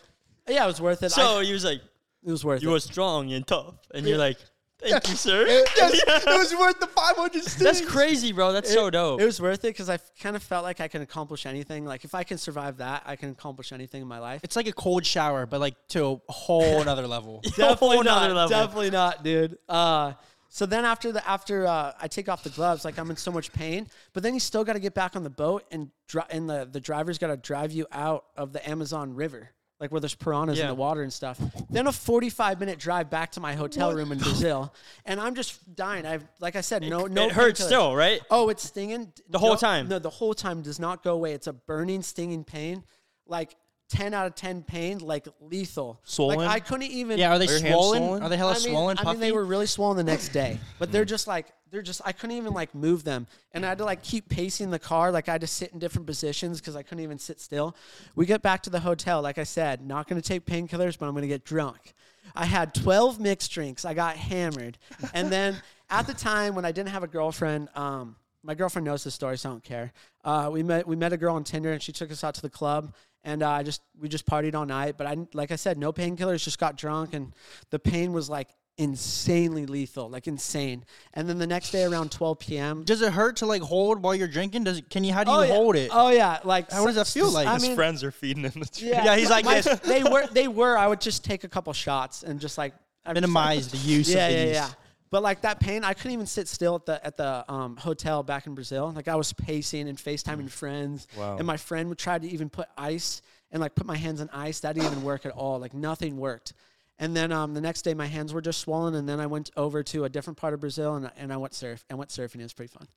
[SPEAKER 3] yeah, it was worth it.
[SPEAKER 1] So
[SPEAKER 3] I-
[SPEAKER 1] he was like,
[SPEAKER 3] it was worth
[SPEAKER 1] "You
[SPEAKER 3] it.
[SPEAKER 1] are strong and tough," and you're like, "Thank you, sir."
[SPEAKER 2] Yes, it was worth the 500 stings.
[SPEAKER 1] That's crazy, bro. That's so dope.
[SPEAKER 3] It was worth it because I kind of felt like I can accomplish anything. Like if I can survive that, I can accomplish anything in my life.
[SPEAKER 2] It's like a cold shower, but like to a whole another level.
[SPEAKER 1] Whole nother
[SPEAKER 3] not. Definitely not, dude. Uh, so then after the after uh, I take off the gloves, like I'm in so much pain. But then you still got to get back on the boat and dri- and the the driver's got to drive you out of the Amazon River, like where there's piranhas in
[SPEAKER 1] Yeah.
[SPEAKER 3] the water and stuff. Then a 45 minute drive back to my hotel room in Brazil, and I'm just dying. I've like I said, no no
[SPEAKER 1] it hurts
[SPEAKER 3] painkillers.
[SPEAKER 1] still, right?
[SPEAKER 3] Oh, it's stinging the
[SPEAKER 1] whole time.
[SPEAKER 3] No, the whole time does not go away. It's a burning, stinging pain, like ten out of ten pain, like lethal.
[SPEAKER 4] Swollen?
[SPEAKER 3] Like I couldn't even.
[SPEAKER 2] Yeah, are they
[SPEAKER 4] Are your hands
[SPEAKER 2] swollen?
[SPEAKER 4] swollen?
[SPEAKER 2] Are they hella
[SPEAKER 3] I mean,
[SPEAKER 2] swollen? Puffy? Mm.
[SPEAKER 3] I mean, they were really swollen the next day, but they're just like they're just. I couldn't even like move them, and I had to like keep pacing the car. Like I had to sit in different positions because I couldn't even sit still. We get back to the hotel. Like I said, not going to take painkillers, but I'm going to get drunk. I had 12 mixed drinks. I got hammered, and then at the time when I didn't have a girlfriend, um, my girlfriend knows this story, so I don't care. Uh, we met we met a girl on Tinder, and she took us out to the club, and uh, I just we just partied all night. But I like I said, no painkillers, just got drunk, and the pain was like insanely lethal, like insane. And then the next day around 12 p.m.
[SPEAKER 2] Does it hurt to like hold while you're drinking? Does it, can you? How do you
[SPEAKER 3] yeah.
[SPEAKER 2] hold it?
[SPEAKER 3] Oh yeah, like
[SPEAKER 2] How does that feel like?
[SPEAKER 3] I
[SPEAKER 2] His
[SPEAKER 4] His
[SPEAKER 3] mean,
[SPEAKER 4] friends are feeding him the tree.
[SPEAKER 3] yeah,
[SPEAKER 2] Yeah, he's like
[SPEAKER 3] my-
[SPEAKER 2] this.
[SPEAKER 3] They were they were. I would just take a couple shots and just like I was just like-
[SPEAKER 2] Minimize the use.
[SPEAKER 3] yeah,
[SPEAKER 2] of
[SPEAKER 3] yeah,
[SPEAKER 2] these.
[SPEAKER 3] yeah. But like that pain, I couldn't even sit still at the at the um, hotel back in Brazil. Like I was pacing and FaceTiming friends,
[SPEAKER 4] Wow.
[SPEAKER 3] and my friend would try to even put ice and like put my hands in ice. That didn't even work at all. Like nothing worked. And then um, the next day, my hands were just swollen. And then I went over to a different part of Brazil and, and I went surf and went surfing. It was pretty fun.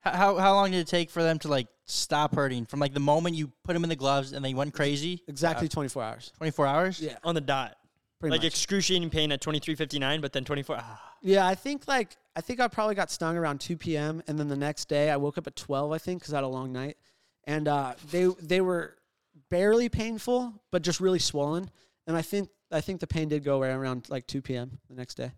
[SPEAKER 2] How- How how long did it take for them to like stop hurting from like the moment you put them in the gloves and they went crazy?
[SPEAKER 3] Exactly 24 hours.
[SPEAKER 2] Twenty four hours.
[SPEAKER 3] Yeah.
[SPEAKER 1] on the dot.
[SPEAKER 3] Pretty
[SPEAKER 1] like
[SPEAKER 3] much.
[SPEAKER 1] excruciating pain at 23.59, but then 24. Ah,
[SPEAKER 3] Yeah, I think like I think I probably got stung around 2 p.m. and then the next day I woke up at 12, I think, because I had a long night, and uh, they they were barely painful, but just really swollen, and I think I think the pain did go away around like 2 p.m. the next day.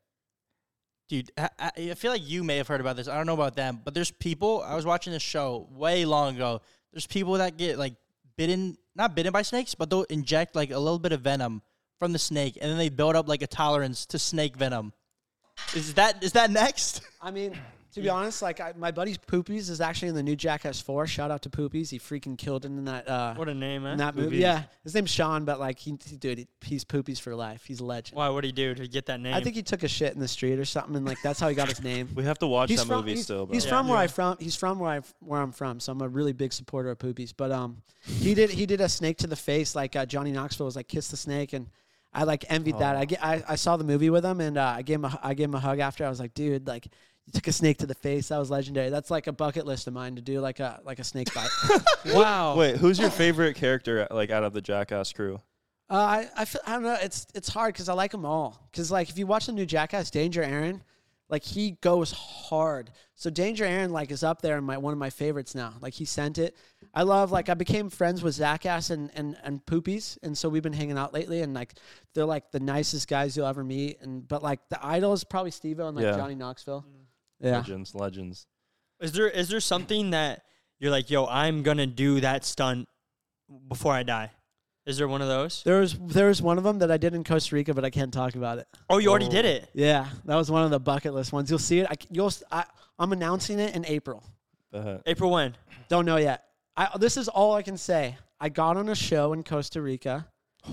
[SPEAKER 2] Dude, I, I I feel like you may have heard about this. I don't know about them, but there's people. I was watching this show way long ago. There's people that get like bitten, not bitten by snakes, but they'll inject like a little bit of venom from the snake, and then they build up like a tolerance to snake venom. Is that is that next?
[SPEAKER 3] I mean, to be honest, like I, my buddy's Poopies is actually in the new Jackass 4. Shout out to Poopies, he freaking killed it in that uh,
[SPEAKER 1] what a name, eh?
[SPEAKER 3] in that movie. Yeah, his name's Sean, but like he, he dude, he- he's Poopies for life. He's a legend.
[SPEAKER 1] Why? What do you do to get that name?
[SPEAKER 3] I think he took a shit in the street or something, and like that's how he got his name.
[SPEAKER 4] We have to watch
[SPEAKER 3] he's
[SPEAKER 4] that
[SPEAKER 3] from,
[SPEAKER 4] movie
[SPEAKER 3] he's,
[SPEAKER 4] still, bro.
[SPEAKER 3] he's from where I from. He's from where I where I'm from. So I'm a really big supporter of poopies. But um, he did he did a snake to the face like uh, Johnny Knoxville was like kiss the snake and. I like envied that. I, get, I I saw the movie with him and uh, I gave him a, I gave him a hug after. I was like, dude, like you took a snake to the face. That was legendary. That's like a bucket list of mine to do like a like a snake bite.
[SPEAKER 1] wow.
[SPEAKER 4] Wait, who's your favorite character like out of the Jackass crew?
[SPEAKER 3] Uh, I I, feel, I don't know. It's it's hard because I like them all. Because like if you watch the new Jackass, Danger Aaron, like he goes hard. So Danger Aaron like is up there in my one of my favorites now. Like he sent it. I love like I became friends with Zackass and and and Poopies, and so we've been hanging out lately. And like they're like the nicest guys you'll ever meet. And but like the idol is probably Steve-O and like
[SPEAKER 4] Yeah.
[SPEAKER 3] Johnny Knoxville. Yeah.
[SPEAKER 4] Legends, legends.
[SPEAKER 1] Is there is there something that you're like, yo, I'm gonna do that stunt before I die? Is there one of those?
[SPEAKER 3] There was there was one of them that I did in Costa Rica, but I can't talk about it.
[SPEAKER 1] Oh, you already did it.
[SPEAKER 3] Yeah, that was one of the bucket list ones. You'll see it. I, c- you'll s- I, I'm announcing it in April.
[SPEAKER 4] Uh,
[SPEAKER 1] April when?
[SPEAKER 3] Don't know yet. I, this is all I can say. I got on a show in Costa Rica.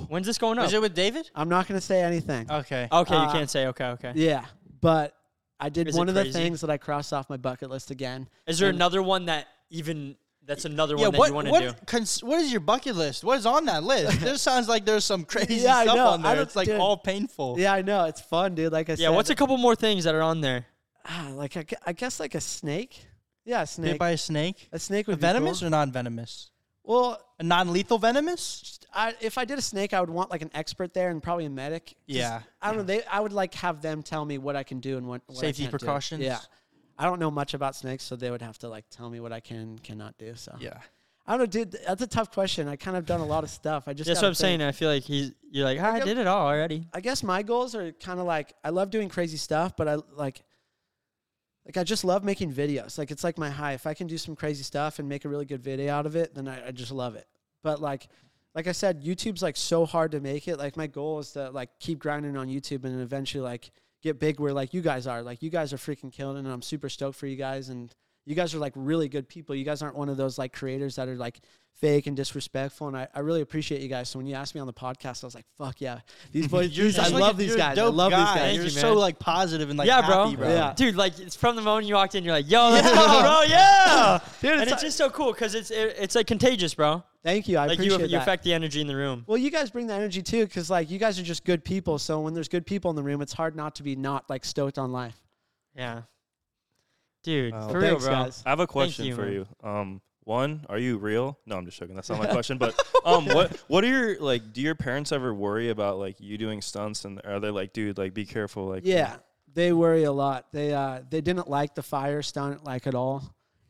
[SPEAKER 1] When's this going up?
[SPEAKER 5] Is it with David?
[SPEAKER 3] I'm not going to say anything.
[SPEAKER 5] Okay.
[SPEAKER 1] okay, you
[SPEAKER 3] uh,
[SPEAKER 1] can't say. Okay, okay.
[SPEAKER 3] Yeah, but I did
[SPEAKER 1] Is it
[SPEAKER 3] one of the
[SPEAKER 1] crazy?
[SPEAKER 3] things that I crossed off my bucket list again.
[SPEAKER 1] Is there
[SPEAKER 3] and-
[SPEAKER 1] another one that even that's another
[SPEAKER 2] Yeah,
[SPEAKER 1] one that
[SPEAKER 2] what
[SPEAKER 1] you want to
[SPEAKER 2] what
[SPEAKER 1] do?
[SPEAKER 2] cons- what is your bucket list? What is on that list? This sounds like there's some crazy
[SPEAKER 3] Yeah, I
[SPEAKER 2] stuff
[SPEAKER 3] know.
[SPEAKER 2] on
[SPEAKER 3] I
[SPEAKER 2] there.
[SPEAKER 3] don't-
[SPEAKER 2] It's like
[SPEAKER 3] dude.
[SPEAKER 2] all painful.
[SPEAKER 3] Yeah, I know it's fun, dude. Like I
[SPEAKER 1] Yeah,
[SPEAKER 3] said,
[SPEAKER 1] what's a couple more things that are on there?
[SPEAKER 3] ah, like I, gu- I guess like a snake. Yeah, a
[SPEAKER 2] Bit
[SPEAKER 3] snake.
[SPEAKER 2] by a snake.
[SPEAKER 3] A snake would be
[SPEAKER 2] venomous
[SPEAKER 3] cool.
[SPEAKER 2] or non-venomous?
[SPEAKER 3] Well,
[SPEAKER 2] A non-lethal venomous?
[SPEAKER 3] just- I, if I did a snake, I would want like an expert there and probably a medic. 'Cause
[SPEAKER 2] Yeah.
[SPEAKER 3] I don't know. They, I would like have them tell me what I can do and what, what I
[SPEAKER 5] Safety
[SPEAKER 3] can't do.
[SPEAKER 5] precautions?
[SPEAKER 3] Yeah, I don't know much about snakes, so they would have to like tell me what I can and cannot do. So
[SPEAKER 5] Yeah.
[SPEAKER 3] I don't know, dude. That's a tough question. I kind of done a lot of stuff. I just
[SPEAKER 1] That's
[SPEAKER 3] gotta
[SPEAKER 1] what I'm
[SPEAKER 3] think.
[SPEAKER 1] saying. I feel like he's. You're like, "Ah, I
[SPEAKER 3] guess-
[SPEAKER 1] did it all already.
[SPEAKER 3] I guess my goals are kind of like I love doing crazy stuff, but I like like I just love making videos. Like it's like my high. If I can do some crazy stuff and make a really good video out of it, then I, I just love it. But like like I said, YouTube's like so hard to make it. Like my goal is to like keep grinding on YouTube and eventually like get big where like you guys are. Like you guys are freaking killing it and I'm super stoked for you guys and you guys are like really good people. You guys aren't one of those like creators that are like fake and disrespectful. And I, I really appreciate you guys. So when you asked me on the podcast, I was like, fuck yeah. These boys, these, I
[SPEAKER 2] Just like
[SPEAKER 3] love
[SPEAKER 2] a-
[SPEAKER 3] these
[SPEAKER 2] you're a
[SPEAKER 3] guys. I
[SPEAKER 2] dope
[SPEAKER 3] love
[SPEAKER 2] guy.
[SPEAKER 3] these
[SPEAKER 1] Thank
[SPEAKER 2] You're
[SPEAKER 1] you,
[SPEAKER 2] so
[SPEAKER 1] man.
[SPEAKER 2] like positive and like
[SPEAKER 1] yeah, bro.
[SPEAKER 2] happy, bro.
[SPEAKER 3] Yeah.
[SPEAKER 1] Dude, like it's from the moment you walked in, you're like, yo, let's go, bro, yeah.
[SPEAKER 3] Dude,
[SPEAKER 1] and
[SPEAKER 3] it's-
[SPEAKER 1] it's just so cool because it's it, it's like contagious, bro.
[SPEAKER 3] guys. Thank you. I
[SPEAKER 1] Like you
[SPEAKER 3] appreciate
[SPEAKER 1] you
[SPEAKER 3] that.
[SPEAKER 1] affect the energy in the room.
[SPEAKER 3] well, you guys bring the energy too, because like you guys are just good people. So when there's good people in the room, it's hard not to be not like stoked on life.
[SPEAKER 1] Yeah. Dude,
[SPEAKER 4] Wow.
[SPEAKER 1] for
[SPEAKER 3] Thanks,
[SPEAKER 1] real, bro.
[SPEAKER 3] guys.
[SPEAKER 4] I have a question
[SPEAKER 1] you,
[SPEAKER 4] for
[SPEAKER 1] man.
[SPEAKER 4] you. Um, one, are you real? No, I'm just joking. That's not my question. But um, what what are your like? Do your parents ever worry about like you doing stunts? And are they like, dude, like, be careful? Like,
[SPEAKER 3] Yeah, they worry a lot. They uh, they didn't like the fire stunt like at all.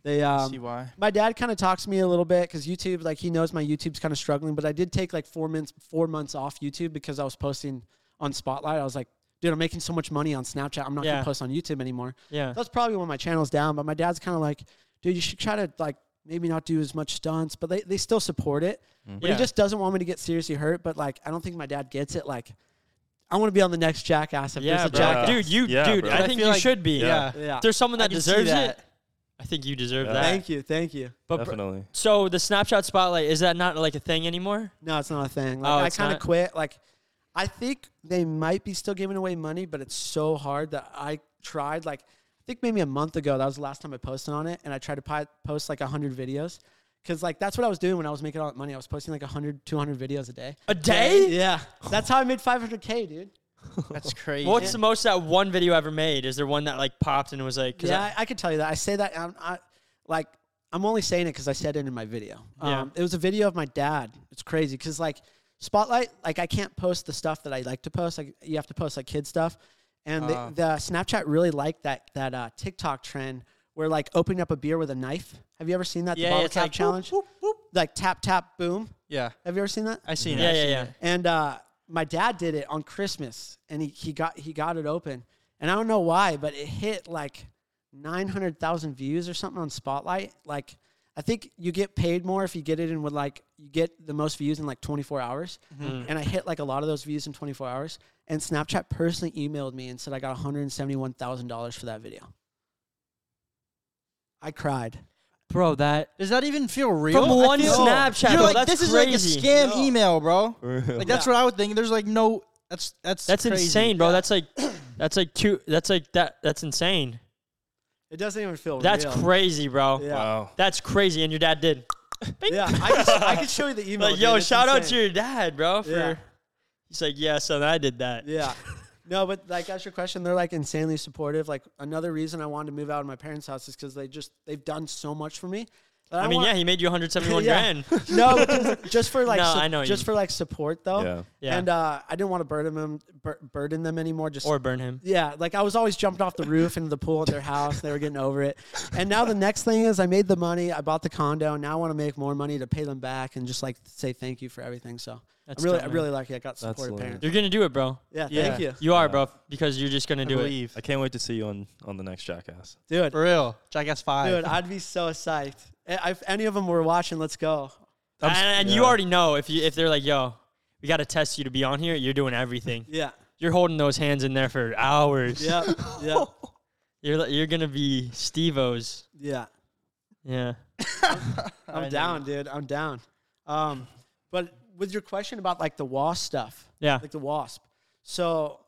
[SPEAKER 3] They um,
[SPEAKER 5] See why?
[SPEAKER 3] my dad kind of talks to me a little bit because YouTube, like he knows my YouTube's kind of struggling. But I did take like four months, four months off YouTube because I was posting on Spotlight. I was like, dude, I'm making so much money on Snapchat. I'm not
[SPEAKER 1] Yeah.
[SPEAKER 3] gonna post on YouTube anymore.
[SPEAKER 1] Yeah.
[SPEAKER 3] That's probably when my channel's down. But my dad's kind of like, dude, you should try to like maybe not do as much stunts, but they, they still support it. But
[SPEAKER 1] Yeah.
[SPEAKER 3] he just doesn't want me to get seriously hurt. But like, I don't think my dad gets it. Like, I want to be on the next Jackass. If
[SPEAKER 1] Yeah,
[SPEAKER 3] there's a
[SPEAKER 1] bro.
[SPEAKER 3] Jackass.
[SPEAKER 1] Dude, you
[SPEAKER 4] Yeah,
[SPEAKER 1] dude,
[SPEAKER 4] bro.
[SPEAKER 1] I
[SPEAKER 4] I
[SPEAKER 1] think
[SPEAKER 5] feel
[SPEAKER 1] you
[SPEAKER 5] like-
[SPEAKER 1] should be.
[SPEAKER 4] Yeah.
[SPEAKER 3] Yeah.
[SPEAKER 1] If there's someone that
[SPEAKER 5] can see
[SPEAKER 1] deserves
[SPEAKER 5] that.
[SPEAKER 1] it, I think you deserve
[SPEAKER 4] Yeah.
[SPEAKER 1] that.
[SPEAKER 3] Thank you, thank you.
[SPEAKER 1] But br-
[SPEAKER 4] definitely.
[SPEAKER 1] so the Snapchat spotlight is that not like a thing anymore?
[SPEAKER 3] No, it's not a thing.
[SPEAKER 1] Oh,
[SPEAKER 3] Like, I
[SPEAKER 1] it's
[SPEAKER 3] kind
[SPEAKER 1] not?
[SPEAKER 3] of quit. Like, I think they might be still giving away money, but it's so hard that I tried. Like, I think maybe a month ago, that was the last time I posted on it, and I tried to pi- post like hundred videos, because like that's what I was doing when I was making all that money. I was posting like 100, 200 videos a day.
[SPEAKER 1] A day?
[SPEAKER 3] Yeah, that's how I made five hundred k, dude.
[SPEAKER 5] That's crazy.
[SPEAKER 1] What's the most that one video ever made? Is there one that like popped and it was like? 'cause
[SPEAKER 3] Yeah, I, I could tell you that. I say that I'm I, like I'm only saying it because I said it in my video.
[SPEAKER 1] Yeah.
[SPEAKER 3] Um, it was a video of my dad. It's crazy because like Spotlight, like I can't post the stuff that I like to post. Like you have to post like kid stuff, and
[SPEAKER 5] Ah.
[SPEAKER 3] the, the Snapchat really liked that that uh, TikTok trend where like opening up a beer with a knife. Have you ever seen that?
[SPEAKER 5] Yeah,
[SPEAKER 3] the bottle
[SPEAKER 5] it's
[SPEAKER 3] cap
[SPEAKER 5] like, whoop,
[SPEAKER 3] challenge, like tap tap boom.
[SPEAKER 5] Yeah.
[SPEAKER 3] Have you ever seen that?
[SPEAKER 5] I seen
[SPEAKER 1] Yeah,
[SPEAKER 5] it. I
[SPEAKER 1] yeah,
[SPEAKER 5] seen
[SPEAKER 1] yeah.
[SPEAKER 5] it.
[SPEAKER 3] and uh, my dad did it on Christmas, and he, he got he got it open, and I don't know why, but it hit like nine hundred thousand views or something on Spotlight. Like, I think you get paid more if you get it in with like you get the most views in like twenty four hours,
[SPEAKER 1] Mm. Mm-hmm.
[SPEAKER 3] and I hit like a lot of those views in twenty four hours. And Snapchat personally emailed me and said I got one hundred seventy one thousand dollars for that video. I cried.
[SPEAKER 1] bro, that
[SPEAKER 2] Does that even feel real?
[SPEAKER 1] from
[SPEAKER 2] I
[SPEAKER 1] one
[SPEAKER 2] feel-
[SPEAKER 1] Snapchat.
[SPEAKER 2] You're
[SPEAKER 1] bro,
[SPEAKER 2] like,
[SPEAKER 1] that's
[SPEAKER 2] this
[SPEAKER 1] crazy.
[SPEAKER 2] is like a scam
[SPEAKER 3] No.
[SPEAKER 2] email, bro. Like
[SPEAKER 4] Like,
[SPEAKER 2] that's what I would think. There's like no. That's that's
[SPEAKER 1] That's
[SPEAKER 2] crazy.
[SPEAKER 1] insane, bro. That's like, that's like two. That's like that. That's insane.
[SPEAKER 3] It doesn't even feel
[SPEAKER 1] That's
[SPEAKER 3] real.
[SPEAKER 1] crazy, bro.
[SPEAKER 3] Yeah.
[SPEAKER 4] Wow.
[SPEAKER 1] That's crazy. And your dad did.
[SPEAKER 3] Yeah, I could, I could show you the email.
[SPEAKER 1] Like,
[SPEAKER 3] dude.
[SPEAKER 1] yo,
[SPEAKER 3] It's
[SPEAKER 1] shout out
[SPEAKER 3] insane.
[SPEAKER 1] to your dad, bro. For
[SPEAKER 3] Yeah.
[SPEAKER 1] he's like, yeah, son, I did that.
[SPEAKER 3] Yeah. No, but like that's your question. They're like insanely supportive. Like another reason I wanted to move out of my parents' house is because they just they've done so much for me. That
[SPEAKER 1] I mean,
[SPEAKER 3] want-
[SPEAKER 1] yeah, he made you 171
[SPEAKER 3] Yeah.
[SPEAKER 1] grand.
[SPEAKER 3] no, but just, just for like
[SPEAKER 1] No,
[SPEAKER 3] sup-
[SPEAKER 1] I know what you
[SPEAKER 3] just
[SPEAKER 1] mean.
[SPEAKER 3] for like support though.
[SPEAKER 4] Yeah.
[SPEAKER 1] Yeah.
[SPEAKER 3] And uh, I didn't want to burden them bur- burden them anymore. Just
[SPEAKER 1] or burn him.
[SPEAKER 3] yeah, like I was always jumping off the roof into the pool at their house. They were getting over it. And now the next thing is I made the money. I bought the condo. Now I want to make more money to pay them back and just like say thank you for everything. So
[SPEAKER 1] That's
[SPEAKER 3] I'm really
[SPEAKER 1] dope,
[SPEAKER 3] I'm
[SPEAKER 1] man.
[SPEAKER 3] really lucky I got supportive
[SPEAKER 4] lit.
[SPEAKER 3] parents.
[SPEAKER 1] You're gonna do it, bro.
[SPEAKER 3] Yeah,
[SPEAKER 5] Yeah.
[SPEAKER 3] thank you.
[SPEAKER 1] You are, bro, because you're just gonna
[SPEAKER 5] I
[SPEAKER 1] do it.
[SPEAKER 5] believe.
[SPEAKER 4] I can't wait to see you on on the next Jackass.
[SPEAKER 3] Do it.
[SPEAKER 5] For real. Jackass 5.
[SPEAKER 3] Dude, I'd be so psyched. I- If any of them were watching, let's go.
[SPEAKER 1] And,
[SPEAKER 4] s-
[SPEAKER 1] and you
[SPEAKER 4] yeah.
[SPEAKER 1] already know if you if they're like, yo, we gotta test you to be on here. You're doing everything.
[SPEAKER 3] Yeah.
[SPEAKER 1] You're holding those hands in there for hours.
[SPEAKER 3] Yeah. Yeah.
[SPEAKER 1] You're li- you're gonna be Stevo's.
[SPEAKER 3] Yeah.
[SPEAKER 1] Yeah.
[SPEAKER 3] I'm down, dude. I'm down. Um, but with your question about like the wasp stuff,
[SPEAKER 1] Yeah.
[SPEAKER 3] like the wasp. So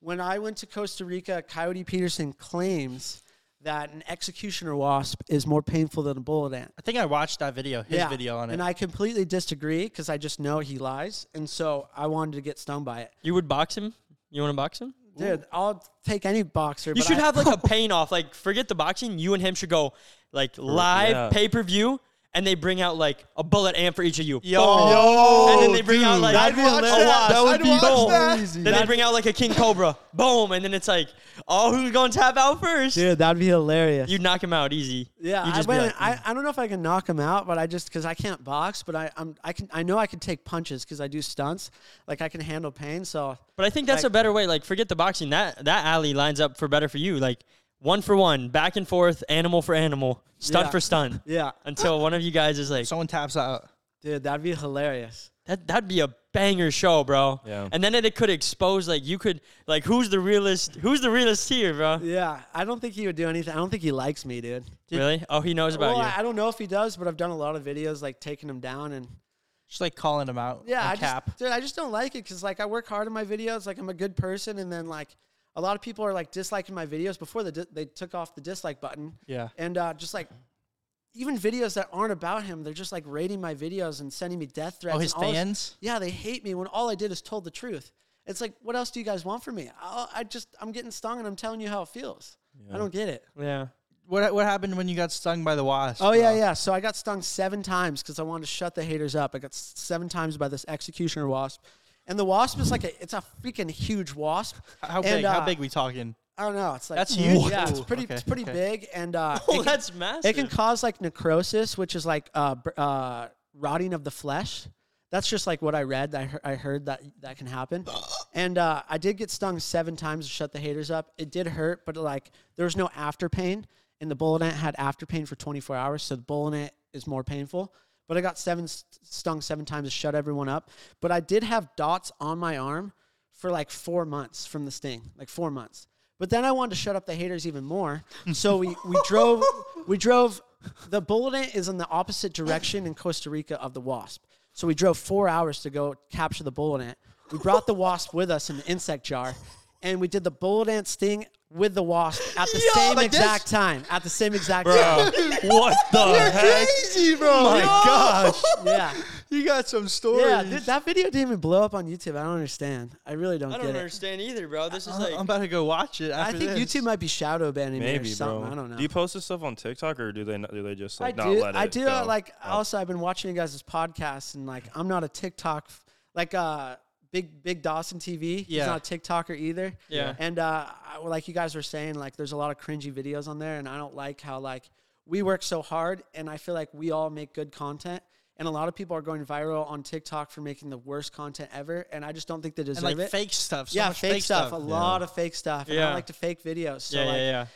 [SPEAKER 3] when I went to Costa Rica, Coyote Peterson claims that an executioner wasp is more painful than a bullet ant.
[SPEAKER 5] I think I watched that video, his video on it.
[SPEAKER 3] and I completely disagree because I just know he lies, and so I wanted to get stung by it,
[SPEAKER 1] You would box him? You want to box him?
[SPEAKER 3] dude. I'll take any boxer.
[SPEAKER 1] You
[SPEAKER 3] but
[SPEAKER 1] should
[SPEAKER 3] I-
[SPEAKER 1] have like a pain off. Like forget the boxing. You and him should go like live
[SPEAKER 4] yeah.
[SPEAKER 1] pay per view, and they bring out like a bullet amp for each of you.
[SPEAKER 5] Yo.
[SPEAKER 1] Boom.
[SPEAKER 5] Yo,
[SPEAKER 1] and then they bring out
[SPEAKER 5] dude.
[SPEAKER 1] like
[SPEAKER 5] That'd
[SPEAKER 1] a
[SPEAKER 5] be
[SPEAKER 1] wasp.
[SPEAKER 5] hilarious. That would
[SPEAKER 1] I'd
[SPEAKER 5] be
[SPEAKER 1] watch
[SPEAKER 5] boom.
[SPEAKER 1] that.
[SPEAKER 3] Crazy.
[SPEAKER 1] Then they bring out like a king cobra, boom, and then it's like, oh, who's gonna tap out first?
[SPEAKER 3] dude. That'd be hilarious.
[SPEAKER 1] You knock him out easy.
[SPEAKER 3] Yeah,
[SPEAKER 1] you
[SPEAKER 3] I,
[SPEAKER 1] just be
[SPEAKER 3] went
[SPEAKER 1] like, "Mm."
[SPEAKER 3] I, I don't know if I can knock him out, but I just because I can't box, but I I'm, I can I know I can take punches because I do stunts. Like I can handle pain. So
[SPEAKER 1] But I think that's a
[SPEAKER 3] Like-
[SPEAKER 1] better way. Like, forget the boxing. That that alley lines up for better for you. Like one for one, back and forth, animal for animal, stunt
[SPEAKER 3] Yeah.
[SPEAKER 1] for stunt,
[SPEAKER 3] yeah,
[SPEAKER 1] until one of you guys is like,
[SPEAKER 5] Someone taps out.
[SPEAKER 3] dude, that'd be hilarious.
[SPEAKER 1] that that'd be a banger show, bro.
[SPEAKER 4] Yeah.
[SPEAKER 1] And then it, it could expose like you could like who's the realest? Who's the realest here, bro?
[SPEAKER 3] Yeah, I don't think he would do anything. I don't think he likes me, dude.
[SPEAKER 1] Really? Oh, he knows about
[SPEAKER 3] well,
[SPEAKER 1] you.
[SPEAKER 3] I, I don't know if he does, but I've done a lot of videos like taking him down and
[SPEAKER 5] Just like calling him out.
[SPEAKER 3] yeah,
[SPEAKER 5] on
[SPEAKER 3] I
[SPEAKER 5] cap.
[SPEAKER 3] just dude, I just don't like it because like I work hard in my videos. Like I'm a good person, and then like a lot of people are like disliking my videos before the di- they took off the dislike button.
[SPEAKER 5] yeah.
[SPEAKER 3] and uh, just like even videos that aren't about him, they're just like rating my videos and sending me death threats.
[SPEAKER 5] Oh, his
[SPEAKER 3] and all this-
[SPEAKER 5] fans?
[SPEAKER 3] yeah, they hate me when all I did is told the truth. It's like, what else do you guys want from me? i I just I'm getting stung and I'm telling you how it feels. I don't get it.
[SPEAKER 1] yeah.
[SPEAKER 5] What what happened when you got stung by the wasp?
[SPEAKER 3] Oh yeah,
[SPEAKER 5] bro?
[SPEAKER 3] yeah. So I got stung seven times because I wanted to shut the haters up. I got s- seven times by this executioner wasp, and the wasp is like a it's a freaking huge wasp.
[SPEAKER 5] How
[SPEAKER 3] And,
[SPEAKER 5] big? how
[SPEAKER 3] uh,
[SPEAKER 5] big we talking?
[SPEAKER 3] I don't know. It's like
[SPEAKER 1] That's huge.
[SPEAKER 3] Yeah, it's
[SPEAKER 5] Ooh,
[SPEAKER 3] pretty.
[SPEAKER 5] okay,
[SPEAKER 3] it's pretty
[SPEAKER 5] okay.
[SPEAKER 3] big, and uh, it
[SPEAKER 1] Oh,
[SPEAKER 3] can-
[SPEAKER 1] that's massive.
[SPEAKER 3] It can cause like necrosis, which is like uh, br- uh, rotting of the flesh. That's just like what I read. I, hear- I heard that that can happen. And uh, I did get stung seven times to shut the haters up. It did hurt, but like there was no after pain. And the bullet ant had after pain for 24 hours. So the bullet ant is more painful. But I got seven st- stung seven times to shut everyone up. But I did have dots on my arm for like four months from the sting, like four months. But then I wanted to shut up the haters even more. So we, we drove we drove the bullet ant is in the opposite direction in Costa Rica of the wasp. So we drove four hours to go capture the bullet ant. We brought the wasp with us in the insect jar and we did the bullet ant sting with the wasp at the same
[SPEAKER 2] like this?
[SPEAKER 3] exact time. At the same exact
[SPEAKER 4] Bro,
[SPEAKER 3] time.
[SPEAKER 4] what the heck?
[SPEAKER 2] Crazy, bro.
[SPEAKER 4] My
[SPEAKER 2] Yo.
[SPEAKER 4] gosh.
[SPEAKER 3] Yeah.
[SPEAKER 2] You got some stories.
[SPEAKER 3] Yeah. dude, that video didn't even blow up on YouTube. I don't understand. I really don't,
[SPEAKER 1] I
[SPEAKER 3] get
[SPEAKER 1] don't
[SPEAKER 3] it.
[SPEAKER 1] understand either, bro. This is like
[SPEAKER 5] I'm about to go watch it.
[SPEAKER 3] I
[SPEAKER 5] After
[SPEAKER 3] think
[SPEAKER 5] this.
[SPEAKER 3] YouTube might be shadow banning me
[SPEAKER 4] Maybe,
[SPEAKER 3] or something.
[SPEAKER 4] bro.
[SPEAKER 3] I don't know.
[SPEAKER 4] Do you post this stuff on TikTok or do they not, do they just like
[SPEAKER 3] I
[SPEAKER 4] not
[SPEAKER 3] do.
[SPEAKER 4] let it?
[SPEAKER 3] I do. uh,
[SPEAKER 4] go?
[SPEAKER 3] Like
[SPEAKER 4] Oh.
[SPEAKER 3] also, I've been watching you guys' podcasts, and like I'm not a TikTok, f- like uh, big big Dawson TV.
[SPEAKER 5] Yeah.
[SPEAKER 3] he's not a TikToker either.
[SPEAKER 1] Yeah.
[SPEAKER 3] and uh, I, like you guys were saying, like there's a lot of cringy videos on there, and I don't like how like we work so hard, and I feel like we all make good content. And a lot of people are going viral on TikTok for making the worst content ever, and I just don't think they deserve
[SPEAKER 5] and like
[SPEAKER 3] it.
[SPEAKER 5] fake stuff. So
[SPEAKER 3] yeah,
[SPEAKER 5] much
[SPEAKER 3] fake, stuff, A lot of fake stuff. And I
[SPEAKER 1] Yeah.
[SPEAKER 3] like to fake videos. So
[SPEAKER 1] yeah,
[SPEAKER 3] like,
[SPEAKER 1] yeah, yeah,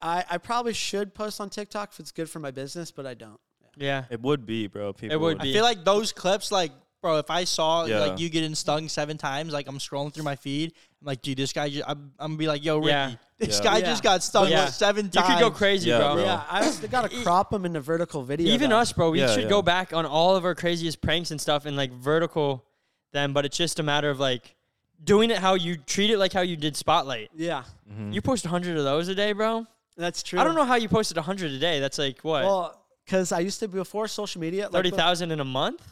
[SPEAKER 3] I, I probably should post on TikTok if it's good for my business, but I don't.
[SPEAKER 1] yeah.
[SPEAKER 4] It would be, bro. People
[SPEAKER 1] would
[SPEAKER 5] I
[SPEAKER 1] be.
[SPEAKER 5] feel like those clips, like bro, if I saw
[SPEAKER 4] Yeah.
[SPEAKER 5] like you getting stung seven times, like I'm scrolling through my feed, I'm like, dude, this guy, just, I'm, I'm gonna be like, yo, Ricky,
[SPEAKER 1] Yeah.
[SPEAKER 5] this
[SPEAKER 4] Yeah.
[SPEAKER 5] guy
[SPEAKER 3] Yeah.
[SPEAKER 5] just got stung
[SPEAKER 1] Yeah.
[SPEAKER 5] like seven
[SPEAKER 1] You
[SPEAKER 5] times.
[SPEAKER 1] could go crazy,
[SPEAKER 4] Yeah,
[SPEAKER 1] bro.
[SPEAKER 4] bro.
[SPEAKER 3] Yeah, I just got to crop them into vertical video.
[SPEAKER 1] E- Even
[SPEAKER 3] though.
[SPEAKER 1] us, bro, we
[SPEAKER 4] Yeah,
[SPEAKER 1] should
[SPEAKER 4] yeah.
[SPEAKER 1] go back on all of our craziest pranks and stuff and like vertical them, but it's just a matter of like doing it how you treat it like how you did Spotlight.
[SPEAKER 3] Yeah,
[SPEAKER 4] Mm-hmm.
[SPEAKER 1] You post 100 of those a day, bro.
[SPEAKER 3] that's true.
[SPEAKER 1] I don't know how you posted 100 a day. That's like what?
[SPEAKER 3] Well, because I used to before social media. Like, uh,
[SPEAKER 1] 30,000 in a month?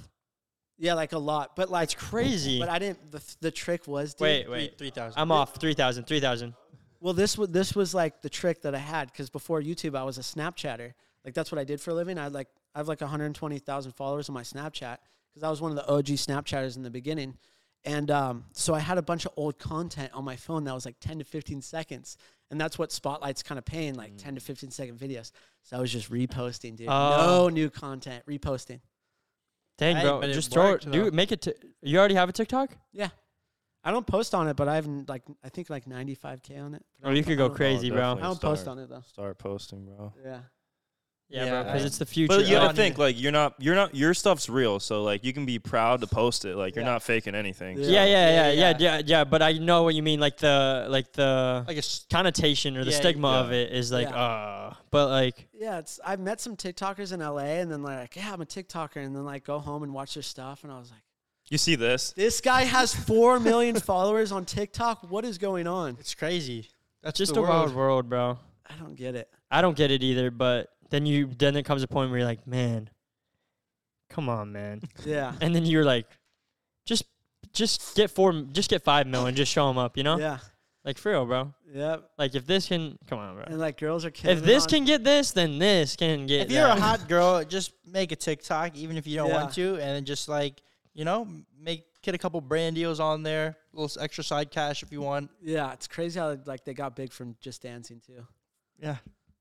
[SPEAKER 3] Yeah, like a lot, but like it's
[SPEAKER 1] crazy.
[SPEAKER 3] But I didn't. The, the trick was dude,
[SPEAKER 1] Wait, wait.
[SPEAKER 5] three thousand.
[SPEAKER 1] I'm off. 3,000, 3,000.
[SPEAKER 3] Well, this was this was like the trick that I had because before YouTube, I was a Snapchatter. Like that's what I did for a living. I had like I have like 120,000 followers on my Snapchat because I was one of the OG Snapchatters in the beginning. And um, so I had a bunch of old content on my phone that was like 10 to 15 seconds. And that's what Spotlight's kind of paying, like 10
[SPEAKER 1] Mm.
[SPEAKER 3] to 15 second videos. So I was just reposting, dude.
[SPEAKER 1] Oh.
[SPEAKER 3] no new content, reposting.
[SPEAKER 1] Dang,
[SPEAKER 5] Hey,
[SPEAKER 1] bro.
[SPEAKER 5] but it
[SPEAKER 1] Just throw
[SPEAKER 5] worked,
[SPEAKER 1] it. Do
[SPEAKER 5] though.
[SPEAKER 1] make it. T- you already have a TikTok?
[SPEAKER 3] Yeah. I don't post on it, but I have like, I think like 95K on it.
[SPEAKER 1] Or Oh, you could go
[SPEAKER 3] don't know.
[SPEAKER 1] crazy, bro.
[SPEAKER 3] I don't
[SPEAKER 4] Start.
[SPEAKER 3] post on it though.
[SPEAKER 4] Start posting, bro.
[SPEAKER 3] Yeah.
[SPEAKER 1] Yeah,
[SPEAKER 5] Yeah,
[SPEAKER 1] bro, because
[SPEAKER 5] I-
[SPEAKER 1] it's the future.
[SPEAKER 4] But you
[SPEAKER 1] Oh,
[SPEAKER 4] gotta think like you're not you're not your stuff's real, so like you can be proud to post it. Like you're not faking anything. so-
[SPEAKER 1] Yeah, yeah, yeah,
[SPEAKER 5] Yeah,
[SPEAKER 1] yeah,
[SPEAKER 5] yeah.
[SPEAKER 1] yeah, yeah, But I know what you mean, like the like the
[SPEAKER 5] Like a s-
[SPEAKER 1] connotation or the
[SPEAKER 5] Yeah,
[SPEAKER 1] stigma
[SPEAKER 4] yeah.
[SPEAKER 1] of it is like,
[SPEAKER 3] Yeah.
[SPEAKER 1] uh but like
[SPEAKER 3] Yeah, it's I've met some TikTokers in LA and then like, yeah, I'm a TikToker and then like go home and watch their stuff and I was like,
[SPEAKER 4] You see this?
[SPEAKER 3] this guy has 4 million followers on TikTok. What is going on?
[SPEAKER 5] It's crazy. That's
[SPEAKER 1] just
[SPEAKER 5] the
[SPEAKER 1] a wild world,
[SPEAKER 5] world.
[SPEAKER 1] bro.
[SPEAKER 3] I don't get it.
[SPEAKER 1] I don't get it either, but then you then it comes a point where you're like, man, come on, man.
[SPEAKER 3] Yeah.
[SPEAKER 1] and then you're like, just just get four, just get five mil and just show them up, you know?
[SPEAKER 3] Yeah.
[SPEAKER 1] Like for real, bro.
[SPEAKER 3] Yep.
[SPEAKER 1] Like if this can, come on, bro.
[SPEAKER 3] And like girls are killing
[SPEAKER 1] If
[SPEAKER 3] it
[SPEAKER 1] this
[SPEAKER 3] on-
[SPEAKER 1] can get this, then this can get.
[SPEAKER 5] If you're a
[SPEAKER 1] that.
[SPEAKER 5] hot girl, just make a TikTok, even if you don't want
[SPEAKER 3] Yeah.
[SPEAKER 5] to, and then just like you know, make get a couple brand deals on there, little s- extra side cash if you want.
[SPEAKER 3] Yeah, it's crazy how like they got big from just dancing too.
[SPEAKER 5] Yeah.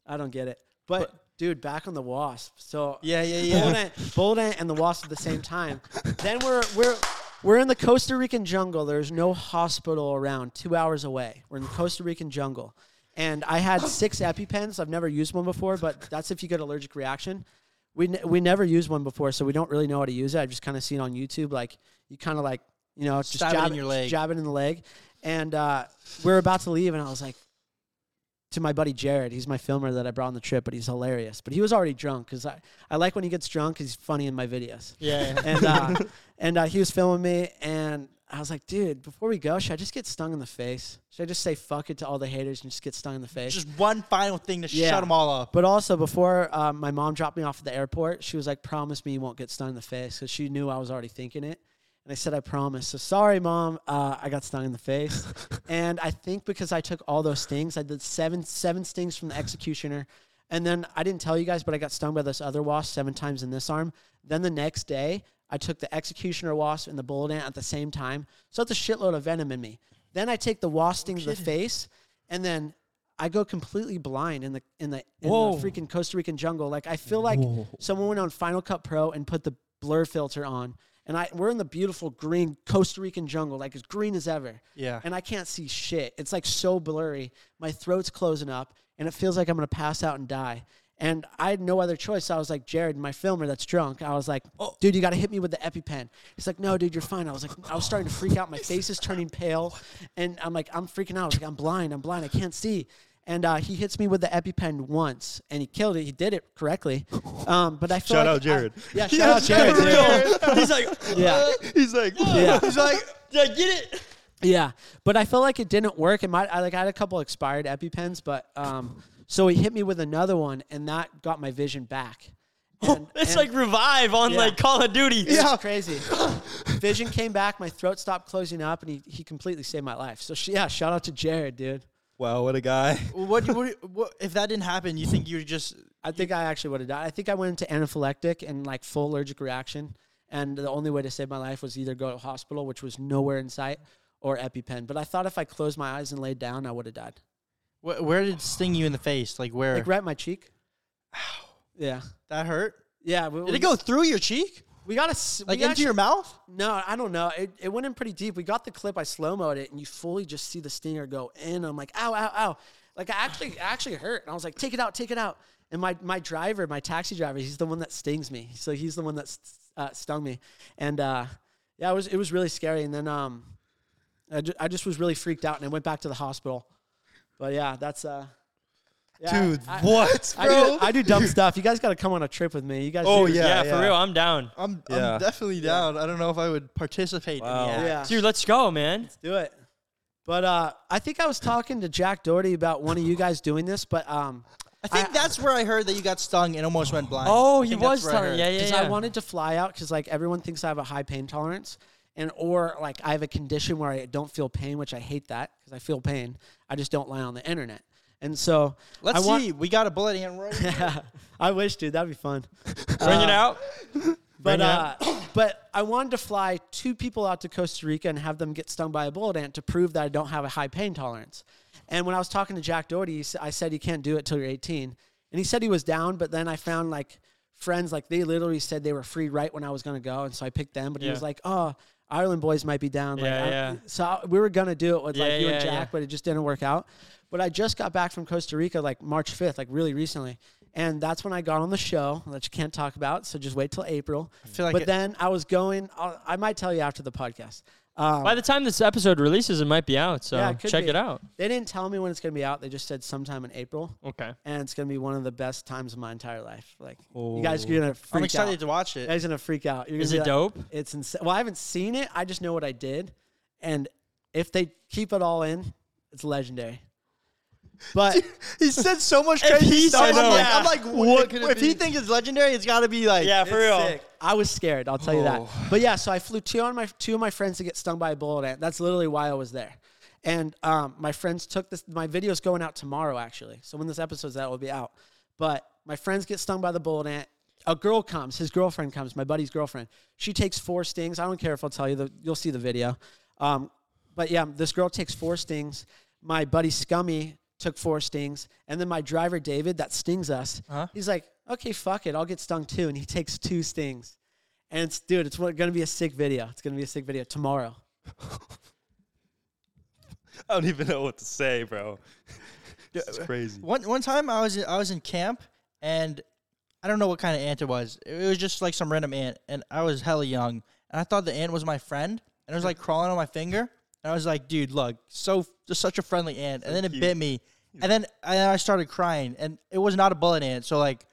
[SPEAKER 3] I don't get it. But, dude, back on the wasp. So
[SPEAKER 5] Yeah, yeah,
[SPEAKER 3] Bold Ant, Bold Ant and the wasp at the same time. then we're we're we're in the Costa Rican jungle. There's no hospital around. Two hours away. We're in the Costa Rican jungle, and I had six EpiPens. I've never used one before, but that's if you get allergic reaction. We ne- we never used one before, so we don't really know how to use it. I've just kind of seen on YouTube, like you kind of like you know just
[SPEAKER 5] Stab it
[SPEAKER 3] jab
[SPEAKER 5] in your leg.
[SPEAKER 3] jab it in the leg, and uh, we we're about to leave, and I was like to my buddy Jared. He's my filmer that I brought on the trip, but he's hilarious. But he was already drunk because I, I like when he gets drunk 'cause he's funny in my videos.
[SPEAKER 1] yeah, yeah.
[SPEAKER 3] And uh, and uh, he was filming me, and I was like, dude, before we go, should I just get stung in the face? Should I just say fuck it to all the haters and just get stung in the face?
[SPEAKER 5] Just one final thing to shut 'em
[SPEAKER 3] Yeah.
[SPEAKER 5] shut them all up.
[SPEAKER 3] But also, before uh, my mom dropped me off at the airport, she was like, "Promise me you won't get stung in the face," because she knew I was already thinking it. And I said, "I promise." So sorry, mom, uh, I got stung in the face. and I think because I took all those stings, I did seven seven stings from the executioner, and then I didn't tell you guys, but I got stung by this other wasp seven times in this arm. Then the next day, I took the executioner wasp and the bullet ant at the same time. So it's a shitload of venom in me. Then I take the wasp sting to the face, and then I go completely blind in the in the, in the
[SPEAKER 1] Whoa.
[SPEAKER 3] freaking Costa Rican jungle. Like I feel like someone went on Final Cut Pro and put the blur filter on, and I we're in the beautiful green Costa Rican jungle, like as green as ever.
[SPEAKER 5] Yeah.
[SPEAKER 3] And I can't see shit. It's like so blurry. My throat's closing up, and it feels like I'm gonna pass out and die. And I had no other choice. So I was like, Jared, my filmer that's drunk. I was like, dude, you got to hit me with the EpiPen. He's like, no, dude, you're fine. I was like, I was starting to freak out. My face is turning pale. And I'm like, I'm freaking out. I was like, I'm blind. I'm blind. I can't see. And uh, he hits me with the EpiPen once, and he killed it. He did it correctly. Um, but I feel
[SPEAKER 4] Shout
[SPEAKER 3] like
[SPEAKER 4] out Jared.
[SPEAKER 3] I- yeah, shout out Jared.
[SPEAKER 1] He's like,
[SPEAKER 3] Yeah,
[SPEAKER 4] He's like,
[SPEAKER 3] yeah.
[SPEAKER 1] he's like, yeah, get it.
[SPEAKER 3] Yeah, but I felt like it didn't work. It might I like I had a couple expired EpiPens, but um, so he hit me with another one, and that got my vision back. And-
[SPEAKER 1] It's
[SPEAKER 3] and-
[SPEAKER 1] like revive on
[SPEAKER 3] Yeah.
[SPEAKER 1] like Call of Duty.
[SPEAKER 3] it's crazy. vision came back, my throat stopped closing up, and he, he completely saved my life. So sh- yeah, shout out to Jared, dude.
[SPEAKER 6] Wow, what a guy.
[SPEAKER 5] what, what, what if that didn't happen? You think you just
[SPEAKER 3] I think I actually would have died. I think I went into anaphylactic and like full allergic reaction, and the only way to save my life was either go to hospital, which was nowhere in sight, or EpiPen. But I thought if I closed my eyes and laid down, I would have died.
[SPEAKER 5] wh- where did it sting you in the face? Like where
[SPEAKER 3] Like right in my cheek. Yeah.
[SPEAKER 5] that hurt?
[SPEAKER 3] Yeah. We,
[SPEAKER 5] Did
[SPEAKER 3] we-
[SPEAKER 5] it go through your cheek?
[SPEAKER 3] We got a
[SPEAKER 5] Like into your mouth?
[SPEAKER 3] No, I don't know. It, it went in pretty deep. We got the clip. I slow moed it, and you fully just see the stinger go in. I'm like, ow, ow, ow. Like I actually, I actually hurt, and I was like, take it out, take it out. And my my driver, my taxi driver, he's the one that stings me. So he's the one that st- uh, stung me, and uh, yeah, it was it was really scary. And then um, I, ju- I just was really freaked out, and I went back to the hospital. But yeah, that's uh, yeah,
[SPEAKER 6] Dude,
[SPEAKER 3] I,
[SPEAKER 6] what,
[SPEAKER 3] I,
[SPEAKER 6] bro?
[SPEAKER 3] do, I do dumb stuff. You guys got to come on a trip with me. You guys,
[SPEAKER 6] Oh,
[SPEAKER 3] do-
[SPEAKER 6] yeah,
[SPEAKER 1] Yeah,
[SPEAKER 6] yeah.
[SPEAKER 1] for real, I'm down,
[SPEAKER 5] I'm,
[SPEAKER 6] Yeah.
[SPEAKER 5] I'm definitely down. I don't know if I would participate
[SPEAKER 4] Wow.
[SPEAKER 5] in the act.
[SPEAKER 3] yeah.
[SPEAKER 1] dude. Let's go, man.
[SPEAKER 3] do it. But uh, I think I was talking to Jack Doherty about one of you guys doing this, but um,
[SPEAKER 5] I think that's where I heard that you got stung and almost went blind.
[SPEAKER 1] Oh,
[SPEAKER 5] I
[SPEAKER 1] he
[SPEAKER 5] think that's
[SPEAKER 1] was
[SPEAKER 5] where I
[SPEAKER 1] telling.
[SPEAKER 5] heard.
[SPEAKER 1] Yeah, yeah,
[SPEAKER 3] because
[SPEAKER 1] yeah.
[SPEAKER 3] I wanted to fly out because like everyone thinks I have a high pain tolerance, and or like I have a condition where I don't feel pain, which I hate that because I feel pain. I just don't lie on the internet, and so
[SPEAKER 5] Let's
[SPEAKER 3] I want-
[SPEAKER 5] see. We got a bullet in right.
[SPEAKER 3] I wish, dude, that'd be fun.
[SPEAKER 1] Bring
[SPEAKER 5] Uh,
[SPEAKER 1] it out.
[SPEAKER 3] But
[SPEAKER 1] Bring it
[SPEAKER 3] uh, but I wanted to fly two people out to Costa Rica and have them get stung by a bullet ant to prove that I don't have a high pain tolerance. And when I was talking to Jack Doherty, he s- I said you can't do it till you're 18, and he said he was down. But then I found like friends like they literally said they were free right when I was gonna go, and so I picked them. But he
[SPEAKER 1] Yeah.
[SPEAKER 3] was like, oh.
[SPEAKER 5] Ireland boys might be down. Like,
[SPEAKER 1] Yeah,
[SPEAKER 5] I-
[SPEAKER 1] yeah.
[SPEAKER 5] So
[SPEAKER 3] uh,
[SPEAKER 5] I- we were gonna do it with
[SPEAKER 1] Yeah,
[SPEAKER 5] like you
[SPEAKER 1] yeah,
[SPEAKER 5] and Jack,
[SPEAKER 1] yeah.
[SPEAKER 5] but it just didn't work out. But I just got back from Costa Rica like March 5th, like really recently. And that's when I got on the show that you can't talk about. So just wait till April. I
[SPEAKER 2] feel like
[SPEAKER 5] but
[SPEAKER 2] it-
[SPEAKER 5] then I was going, I'll, I might tell you after the podcast. Um,
[SPEAKER 1] By the time this episode releases, it might be out. So
[SPEAKER 5] Yeah, it could
[SPEAKER 1] check
[SPEAKER 5] be.
[SPEAKER 1] it out.
[SPEAKER 5] they didn't tell me when it's going to be out. They just said sometime in April.
[SPEAKER 1] Okay.
[SPEAKER 5] And it's going to be one of the best times of my entire life. Like, you guys are going to freak
[SPEAKER 2] Oh. I'm excited
[SPEAKER 5] out.
[SPEAKER 2] to watch
[SPEAKER 5] You
[SPEAKER 2] it.
[SPEAKER 5] guys are going to freak out. You're gonna
[SPEAKER 1] Is
[SPEAKER 5] be
[SPEAKER 1] it
[SPEAKER 5] like-
[SPEAKER 1] dope?
[SPEAKER 5] It's insane. Well, I haven't seen it. I just know what I did. And if they keep it all in, it's legendary. But
[SPEAKER 7] He said so much
[SPEAKER 2] If
[SPEAKER 7] crazy
[SPEAKER 2] he
[SPEAKER 7] stuff.
[SPEAKER 2] said
[SPEAKER 7] I'm,
[SPEAKER 2] it,
[SPEAKER 7] like,
[SPEAKER 2] yeah.
[SPEAKER 7] I'm like, what? Could
[SPEAKER 2] What could
[SPEAKER 7] it
[SPEAKER 2] it
[SPEAKER 7] if he
[SPEAKER 2] be?
[SPEAKER 7] thinks it's legendary, it's got to be like,
[SPEAKER 2] Yeah, for real.
[SPEAKER 5] I was scared. I'll tell you that. But yeah, so I flew two on my two of my friends to get stung by a bullet ant. That's literally why I was there. And um, my friends took this. My video's going out tomorrow, actually. So when this episode's out, it will be out. But my friends get stung by the bullet ant. A girl comes. His girlfriend comes. My buddy's girlfriend. She takes four stings. I don't care if I'll tell you. The, you'll see the video. Um, but yeah, this girl takes four stings. My buddy Scummy took four stings, and then my driver David that stings us. He's like, "Okay, fuck it, I'll get stung too," and he takes two stings. And it's, dude, it's going to be a sick video. It's going to be a sick video tomorrow.
[SPEAKER 4] I don't even know what to say, bro. It's crazy.
[SPEAKER 2] One one time I was in, I was in camp and I don't know what kind of ant it was. It was just like some random ant, and I was hella young, and I thought the ant was my friend, and it was like crawling on my finger, and I was like, dude, look, so just such a friendly ant, and then it bit me, and then and then I started crying, and it was not a bullet ant, so like.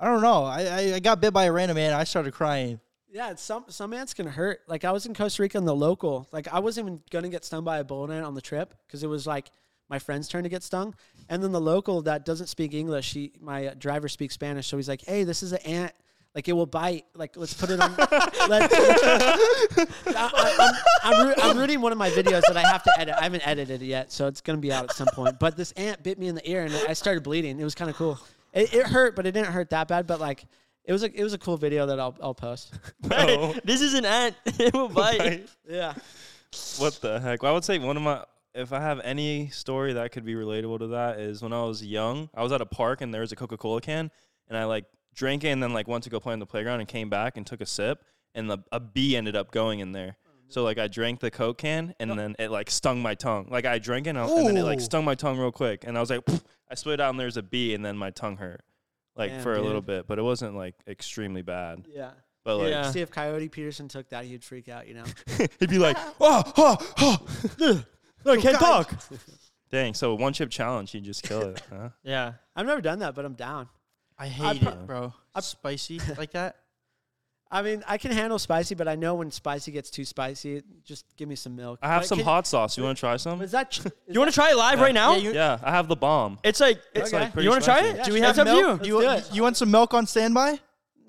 [SPEAKER 2] I don't know. I, I, I got bit by a random ant. I started crying.
[SPEAKER 5] Yeah, it's some some ants can hurt. Like I was in Costa Rica in the local. Like I wasn't even going to get stung by a bullet ant on the trip because it was like my friend's turn to get stung. And then the local that doesn't speak English, she my uh, driver speaks Spanish, so he's like, "Hey, this is an ant. Like it will bite. Like let's put it on." let, I, I, I'm, I'm, ru- I'm rooting one of my videos that I have to edit. I haven't edited it yet, so it's gonna be out at some point. But this ant bit me in the ear, and I started bleeding. It was kind of cool. It, it hurt, but it didn't hurt that bad. But like, it was a it was a cool video that I'll I'll post.
[SPEAKER 4] No.
[SPEAKER 1] this is an ant. it will bite.
[SPEAKER 4] Right?
[SPEAKER 5] Yeah,
[SPEAKER 4] What the heck? Well, I would say one of my, if I have any story that could be relatable to that, is when I was young, I was at a park and there was a Coca Cola can, and I like drank it and then like went to go play on the playground and came back and took a sip, and the, a bee ended up going in there.
[SPEAKER 5] Mm-hmm.
[SPEAKER 4] So like I drank the Coke can and then it like stung my tongue. Like I drank it and, I- and then it like
[SPEAKER 2] Ooh.
[SPEAKER 4] stung my tongue real quick, and I was like, I spit out and there's a bee, and then my tongue hurt. Like
[SPEAKER 5] Damn,
[SPEAKER 4] for a little
[SPEAKER 5] dude.
[SPEAKER 4] bit, but it wasn't like extremely bad.
[SPEAKER 5] yeah.
[SPEAKER 4] But like
[SPEAKER 1] Yeah.
[SPEAKER 5] See if Coyote Peterson took that, he'd freak out. You know.
[SPEAKER 4] he'd be like, oh, oh, oh,
[SPEAKER 5] No,
[SPEAKER 4] I can't talk. Dang, so one chip challenge, you just kill it, huh?
[SPEAKER 1] Yeah.
[SPEAKER 5] I've never done that, but I'm down.
[SPEAKER 2] I
[SPEAKER 5] I
[SPEAKER 2] hate
[SPEAKER 5] pro-
[SPEAKER 2] it, bro. spicy like that.
[SPEAKER 5] I mean, I can handle spicy, but I know when spicy gets too spicy, just give me some milk.
[SPEAKER 4] I have
[SPEAKER 5] But
[SPEAKER 4] some
[SPEAKER 5] can-
[SPEAKER 4] hot sauce. You want to try some?
[SPEAKER 5] Is that? ch- is
[SPEAKER 1] You want to try it live right now?
[SPEAKER 4] Yeah, I have the bomb.
[SPEAKER 1] it's like it's
[SPEAKER 4] It's like
[SPEAKER 1] you want to try it?
[SPEAKER 5] Yeah,
[SPEAKER 1] do we
[SPEAKER 5] sure.
[SPEAKER 1] have to
[SPEAKER 5] Milk.
[SPEAKER 1] you?
[SPEAKER 5] Let's
[SPEAKER 2] You,
[SPEAKER 5] do it.
[SPEAKER 2] you want some milk on standby?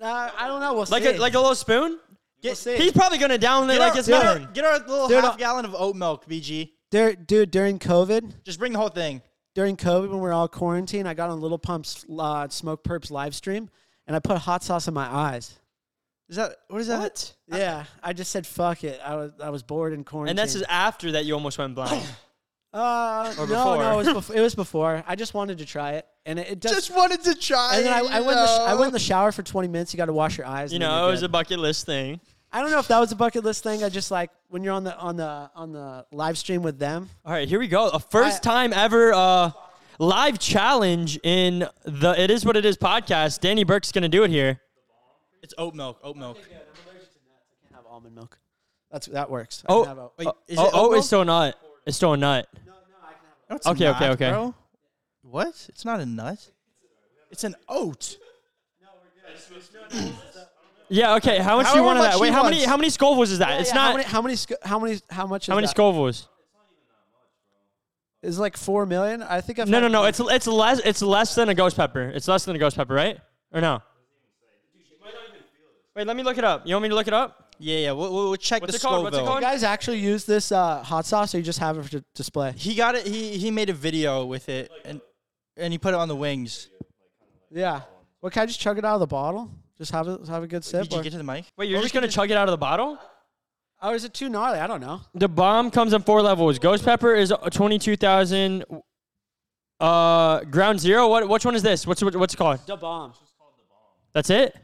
[SPEAKER 5] Uh, I don't know. We'll
[SPEAKER 1] Like
[SPEAKER 5] see.
[SPEAKER 1] a, like a little spoon?
[SPEAKER 5] we'll see.
[SPEAKER 1] He's probably gonna down it like it's
[SPEAKER 2] get, our,
[SPEAKER 1] nothing.
[SPEAKER 2] get our little
[SPEAKER 5] Dude,
[SPEAKER 2] half
[SPEAKER 5] I-
[SPEAKER 2] gallon of oat milk, BG.
[SPEAKER 5] Dur- dude, during COVID,
[SPEAKER 2] Just bring the whole thing.
[SPEAKER 5] during COVID when we were all quarantined, I got on Little Pump's uh, Smoke Perps live stream, and I put hot sauce in my eyes.
[SPEAKER 2] Is that what is that?
[SPEAKER 1] What?
[SPEAKER 5] Yeah, I just said fuck it. I was I was bored in quarantine.
[SPEAKER 1] And that's just after that you almost went blind.
[SPEAKER 5] uh,
[SPEAKER 1] or
[SPEAKER 5] no, no, it was,
[SPEAKER 1] before.
[SPEAKER 5] before, it was before. I just wanted to try it, and it, it does.
[SPEAKER 2] Just wanted to try.
[SPEAKER 5] and then I,
[SPEAKER 2] you
[SPEAKER 5] I went in the sh- I
[SPEAKER 2] know.
[SPEAKER 5] went in the shower for 20 minutes. You got to wash your eyes.
[SPEAKER 1] you
[SPEAKER 5] and then
[SPEAKER 1] know,
[SPEAKER 5] you're
[SPEAKER 1] it was
[SPEAKER 5] good.
[SPEAKER 1] a bucket list thing.
[SPEAKER 5] I don't know if that was a bucket list thing. I just like when you're on the on the on the live stream with them.
[SPEAKER 1] All right, here we go. A first
[SPEAKER 5] I-
[SPEAKER 1] time ever uh, live challenge in the It Is What It Is podcast. Danny Burke's gonna do it here.
[SPEAKER 2] It's oat milk. Oat milk.
[SPEAKER 5] I have almond milk. That's that works. I
[SPEAKER 1] Oh,
[SPEAKER 5] can have oat-
[SPEAKER 2] Wait,
[SPEAKER 1] oh,
[SPEAKER 2] is it
[SPEAKER 1] oh,
[SPEAKER 2] oat
[SPEAKER 1] oh,
[SPEAKER 2] milk?
[SPEAKER 1] it's still a nut. It's still a nut.
[SPEAKER 2] No, it's
[SPEAKER 1] Okay, okay,
[SPEAKER 2] not,
[SPEAKER 1] okay.
[SPEAKER 2] bro. What? It's not a nut. It's an oat.
[SPEAKER 1] Yeah. Okay. How much do you
[SPEAKER 2] However
[SPEAKER 1] want of
[SPEAKER 2] much
[SPEAKER 1] that?
[SPEAKER 2] he
[SPEAKER 1] Wait. How many?
[SPEAKER 2] wants.
[SPEAKER 1] How many Scovilles is that? it's
[SPEAKER 5] Yeah,
[SPEAKER 1] not.
[SPEAKER 5] how many how many sc- how many how much
[SPEAKER 1] how
[SPEAKER 5] is
[SPEAKER 1] many
[SPEAKER 5] that?
[SPEAKER 1] Scovilles?
[SPEAKER 5] Is it like four million? I think I've
[SPEAKER 1] No, no,
[SPEAKER 5] had-
[SPEAKER 1] no. It's it's less. It's less than a ghost pepper. It's less than a ghost pepper, right? Or no? Wait. Let me look it up. You want me to look it up?
[SPEAKER 2] Yeah, yeah. We'll, we'll we'll check
[SPEAKER 1] What's
[SPEAKER 2] the
[SPEAKER 1] it called? What's it
[SPEAKER 2] Scoville.
[SPEAKER 1] called?
[SPEAKER 5] You guys actually use this uh, hot sauce, or you just have it for d- display?
[SPEAKER 2] He got it. He he made a video with it, and and he put it on the wings.
[SPEAKER 5] Yeah. Well, can I just chug it out of the bottle? Just have a have a good sip.
[SPEAKER 2] Did you
[SPEAKER 5] Or,
[SPEAKER 2] get to the mic?
[SPEAKER 1] Wait. You're just gonna chug it out of the bottle?
[SPEAKER 5] or is it too gnarly? I don't know.
[SPEAKER 1] The bomb comes in four levels. Ghost pepper is twenty-two thousand. Uh, ground zero. What? Which one is this? What's what's it called?
[SPEAKER 5] The bomb.
[SPEAKER 1] That's it.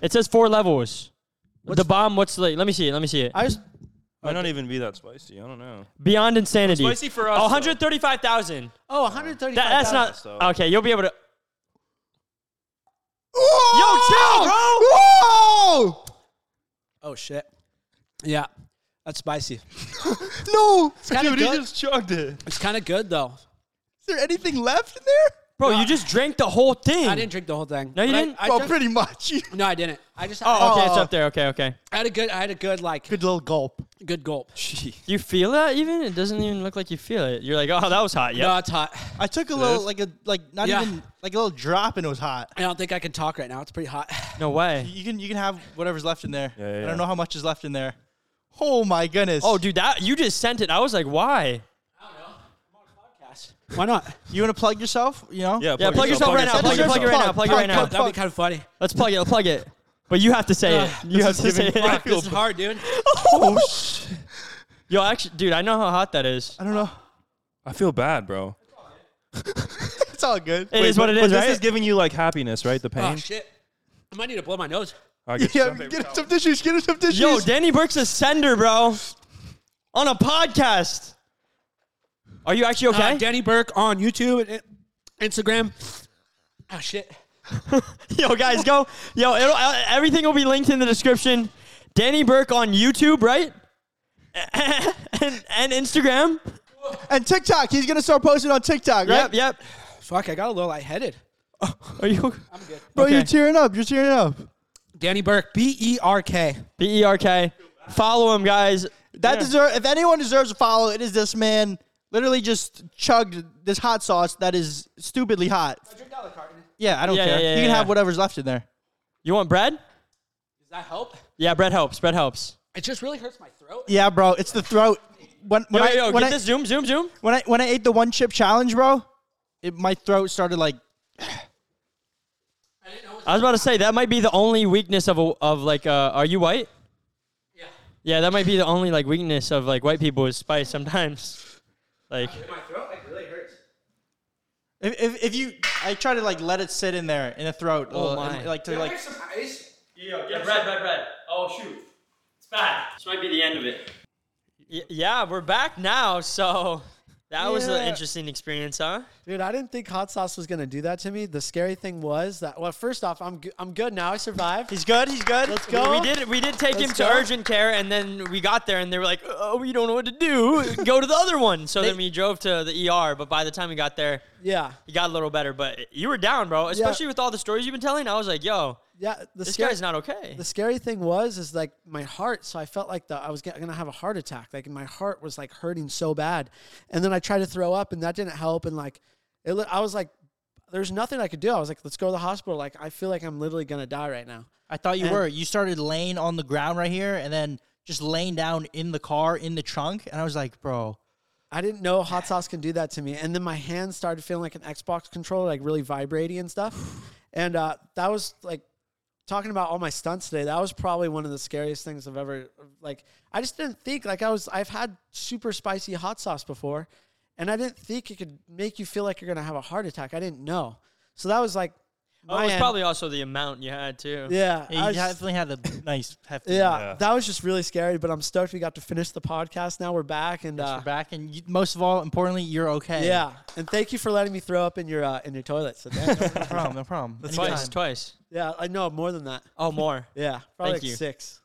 [SPEAKER 1] It says four levels. the bomb. What's the? Let me see it. Let me see it.
[SPEAKER 3] I just
[SPEAKER 4] Might not even be that spicy. I don't know.
[SPEAKER 1] Beyond insanity.
[SPEAKER 4] Spicy for us, though.
[SPEAKER 1] 135,000.
[SPEAKER 3] oh 135.
[SPEAKER 1] That, that's not
[SPEAKER 4] So-
[SPEAKER 1] okay. You'll be able to.
[SPEAKER 5] Yo,
[SPEAKER 1] chill, bro!
[SPEAKER 5] Whoa!
[SPEAKER 3] Oh shit. Yeah, that's spicy.
[SPEAKER 5] No! Is
[SPEAKER 3] Kinda good.
[SPEAKER 4] chugged it.
[SPEAKER 3] It's kind of good though.
[SPEAKER 5] there anything left in there?
[SPEAKER 1] Bro, you just drank the whole thing.
[SPEAKER 3] I didn't drink the whole thing.
[SPEAKER 1] No, you
[SPEAKER 3] But I-
[SPEAKER 1] didn't?
[SPEAKER 3] I
[SPEAKER 2] Oh,
[SPEAKER 5] well,
[SPEAKER 3] just-
[SPEAKER 5] pretty much.
[SPEAKER 3] no, I didn't. I just.
[SPEAKER 1] Oh, okay, it's
[SPEAKER 5] Oh.
[SPEAKER 1] up there. Okay, okay.
[SPEAKER 3] I had a good. I had a good like
[SPEAKER 5] Good little gulp.
[SPEAKER 3] good gulp.
[SPEAKER 1] Do you feel that even? It doesn't even look like you feel it. You're like, oh, that was hot.
[SPEAKER 3] No,
[SPEAKER 1] Yeah.
[SPEAKER 3] it's hot.
[SPEAKER 2] I took a little, like a, like not
[SPEAKER 3] Yeah.
[SPEAKER 2] even like a little drop, and it was hot.
[SPEAKER 3] I don't think I can talk right now. It's pretty hot.
[SPEAKER 1] No way.
[SPEAKER 2] You can, you can have whatever's left in there.
[SPEAKER 4] Yeah, yeah,
[SPEAKER 2] I don't
[SPEAKER 4] yeah.
[SPEAKER 2] know how much is left in there. Oh my goodness.
[SPEAKER 1] Oh, dude, that you just sent it. I was like, why?
[SPEAKER 3] Why not?
[SPEAKER 2] you want to plug yourself? You know?
[SPEAKER 4] Yeah,
[SPEAKER 1] Yeah, plug yourself right now. Plug it, plug it right now. Plug it right now.
[SPEAKER 3] That'd be kind of funny.
[SPEAKER 1] Let's plug it. Plug it. But you have to say it. You have to say
[SPEAKER 3] Fuck, this is
[SPEAKER 1] it.
[SPEAKER 3] hard, dude.
[SPEAKER 2] Oh, sh-
[SPEAKER 1] Yo, actually, dude, I know how hot that is.
[SPEAKER 2] I don't know.
[SPEAKER 4] I feel bad, bro.
[SPEAKER 2] It's all good.
[SPEAKER 1] It is what it
[SPEAKER 4] But
[SPEAKER 1] is,
[SPEAKER 4] this
[SPEAKER 1] right?
[SPEAKER 4] is giving you like happiness, right? The
[SPEAKER 3] Oh
[SPEAKER 4] pain.
[SPEAKER 3] shit. I might need to blow my nose.
[SPEAKER 4] All right, get
[SPEAKER 2] Yeah,
[SPEAKER 4] some paper
[SPEAKER 2] get him
[SPEAKER 4] towel.
[SPEAKER 2] some tissues. Get him some tissues.
[SPEAKER 1] Yo, Danny Burke's a sender, bro. On a podcast. Are you actually
[SPEAKER 3] Uh,
[SPEAKER 1] okay?
[SPEAKER 3] Danny Burke on YouTube and and Instagram. Oh shit.
[SPEAKER 1] Yo, guys, go. Yo, it'll, uh, everything will be linked in the description. Danny Burke on YouTube, right? and, and Instagram.
[SPEAKER 2] and TikTok. He's gonna start posting on TikTok, right?
[SPEAKER 1] Yep, yep.
[SPEAKER 3] Fuck, I got a little lightheaded.
[SPEAKER 1] Are you
[SPEAKER 2] Bro, you're
[SPEAKER 1] Okay.
[SPEAKER 2] tearing up. You're tearing up.
[SPEAKER 3] Danny Burke, B E R K.
[SPEAKER 1] B E R K? Follow him, guys.
[SPEAKER 2] That deserve. If anyone deserves a follow, it is this man. Literally just chugged this hot sauce that is stupidly hot. Yeah, I don't
[SPEAKER 1] Yeah,
[SPEAKER 2] care.
[SPEAKER 1] yeah, yeah,
[SPEAKER 2] you can
[SPEAKER 1] yeah.
[SPEAKER 2] have whatever's left in there.
[SPEAKER 1] You want bread?
[SPEAKER 3] Does that help?
[SPEAKER 1] Yeah, bread helps. Bread helps.
[SPEAKER 3] It just really hurts my throat.
[SPEAKER 2] Yeah, bro, it's the throat. When when
[SPEAKER 1] Yo,
[SPEAKER 2] I
[SPEAKER 1] yo,
[SPEAKER 2] when
[SPEAKER 1] get
[SPEAKER 2] I,
[SPEAKER 1] this. Zoom, zoom, zoom.
[SPEAKER 2] when I when I ate the one chip challenge, bro, it, my throat started like
[SPEAKER 3] I didn't know.
[SPEAKER 1] I was about to say that might be the only weakness of a, of like. Uh, are you white?
[SPEAKER 3] yeah.
[SPEAKER 1] Yeah, that might be the only like weakness of like white people is spice sometimes. Like,
[SPEAKER 3] My throat like really hurts.
[SPEAKER 2] if, if, if you I try to like let it sit in there in the throat, a
[SPEAKER 1] Oh
[SPEAKER 2] little,
[SPEAKER 1] my.
[SPEAKER 2] and, like to like
[SPEAKER 3] some ice.
[SPEAKER 1] yeah, bread, bread, bread. Oh shoot, it's bad. This might be the end of it. yeah, we're back now, so that was an
[SPEAKER 3] Yeah.
[SPEAKER 1] interesting experience, huh?
[SPEAKER 3] Dude, I didn't think hot sauce was gonna do that to me. The scary thing was that. Well, first off, I'm g- I'm good now. I survived.
[SPEAKER 2] he's good, he's good.
[SPEAKER 3] Let's
[SPEAKER 1] We-
[SPEAKER 3] go.
[SPEAKER 1] We did. We did take
[SPEAKER 3] Let's
[SPEAKER 1] him to
[SPEAKER 3] go.
[SPEAKER 1] urgent care, and then we got there, and they were like, "Oh, we don't know what to do. go to the other one." So then we drove to the ER. But by the time we got there,
[SPEAKER 3] Yeah,
[SPEAKER 1] he got a little better. But you were down, bro. Especially with all the stories you've been telling. I was like, "Yo,
[SPEAKER 3] yeah. The
[SPEAKER 1] this
[SPEAKER 3] scary,
[SPEAKER 1] guy's not okay."
[SPEAKER 3] The scary thing was is like my heart. So I felt like the, I was get- gonna have a heart attack. Like my heart was like hurting so bad, and then I tried to throw up, and that didn't help. And like, it, li- I was like, there's nothing I could do. I was like, let's go to the hospital. Like I feel like I'm literally gonna die right now.
[SPEAKER 2] I thought you
[SPEAKER 3] And-
[SPEAKER 2] were. You started laying on the ground right here and then just laying down in the car in the trunk and I was like, "Bro,
[SPEAKER 3] I didn't know hot sauce can do that to me. And then my hands started feeling like an Xbox controller, like really vibrating and stuff. And uh, that was like talking about all my stunts today. That was probably one of the scariest things I've ever like. I just didn't think like I was. I've had super spicy hot sauce before, and I didn't think it could make you feel like you're gonna have a heart attack. I didn't know. So that was like
[SPEAKER 1] Oh, it
[SPEAKER 3] my
[SPEAKER 1] was
[SPEAKER 3] end.
[SPEAKER 1] probably also the amount you had too.
[SPEAKER 3] yeah.
[SPEAKER 2] yeah,
[SPEAKER 3] I
[SPEAKER 2] you
[SPEAKER 3] was-
[SPEAKER 2] definitely had a nice hefty
[SPEAKER 3] yeah,
[SPEAKER 4] Yeah.
[SPEAKER 3] that was just really scary, but I'm stoked we got to finish the podcast. Now we're back, and uh,
[SPEAKER 2] You're back and you, most of all, importantly, you're okay.
[SPEAKER 3] yeah, and thank you for letting me throw up in your uh, in your toilet. So thank you.
[SPEAKER 2] No problem, no problem.
[SPEAKER 1] Twice,
[SPEAKER 2] Anytime.
[SPEAKER 1] twice.
[SPEAKER 3] Yeah, I know more than that.
[SPEAKER 1] Oh, more.
[SPEAKER 3] Yeah, probably
[SPEAKER 1] Thank
[SPEAKER 3] like
[SPEAKER 1] you.
[SPEAKER 3] six.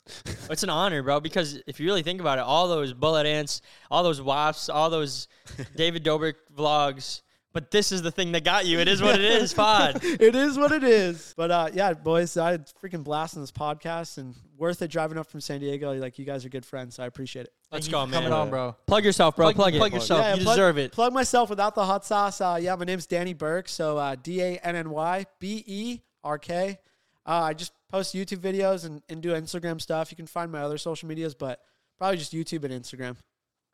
[SPEAKER 1] It's an honor, bro, because if you really think about it, all those bullet ants, all those WAPs, all those David Dobrik vlogs, but this is the thing that got you. It is what it is, pod.
[SPEAKER 3] It is what it is. But uh, yeah, boys, I had a freaking blast on this podcast and worth it driving up from San Diego. Like you guys are good friends, so I appreciate it.
[SPEAKER 1] Let's
[SPEAKER 2] Thank you
[SPEAKER 1] go,
[SPEAKER 2] for
[SPEAKER 1] man.
[SPEAKER 2] Coming on, bro.
[SPEAKER 1] Plug yourself, bro. Plug,
[SPEAKER 2] Plug-
[SPEAKER 1] it.
[SPEAKER 2] plug yourself.
[SPEAKER 3] yeah,
[SPEAKER 2] Oh, you
[SPEAKER 3] plug-
[SPEAKER 2] deserve it.
[SPEAKER 3] Plug myself without the hot sauce. Uh, yeah, my name's Danny Burke. So uh, D A N N Y B E R K. Uh, I just post YouTube videos and, and do Instagram stuff. You can find my other social medias, but probably just YouTube and Instagram.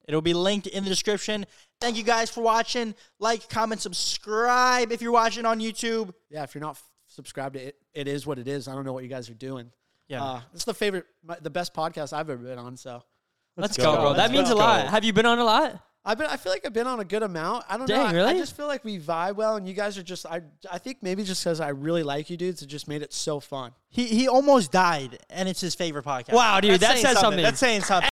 [SPEAKER 2] It'll be linked in the description. Thank you guys for watching. Like, comment, subscribe if you're watching on YouTube.
[SPEAKER 3] Yeah, if you're not f- subscribed, it it is what it is. I don't know what you guys are doing.
[SPEAKER 2] Yeah.
[SPEAKER 3] uh, it's the favorite, my, the best podcast I've ever been on. So
[SPEAKER 1] Let's
[SPEAKER 4] go,
[SPEAKER 1] go, bro.
[SPEAKER 4] let's
[SPEAKER 1] That means a
[SPEAKER 4] go.
[SPEAKER 1] lot. Have you been on a lot?
[SPEAKER 5] I've been. I feel like I've been on a good amount. I don't know.
[SPEAKER 1] Dang,
[SPEAKER 5] I- I,
[SPEAKER 1] really?
[SPEAKER 5] just feel like we vibe well, and you guys are just. I. I think maybe just because I really like you dudes, it just made it so fun.
[SPEAKER 2] He he almost died, and it's his favorite podcast.
[SPEAKER 1] Wow, dude, that
[SPEAKER 2] saying
[SPEAKER 1] says something.
[SPEAKER 2] That's saying something.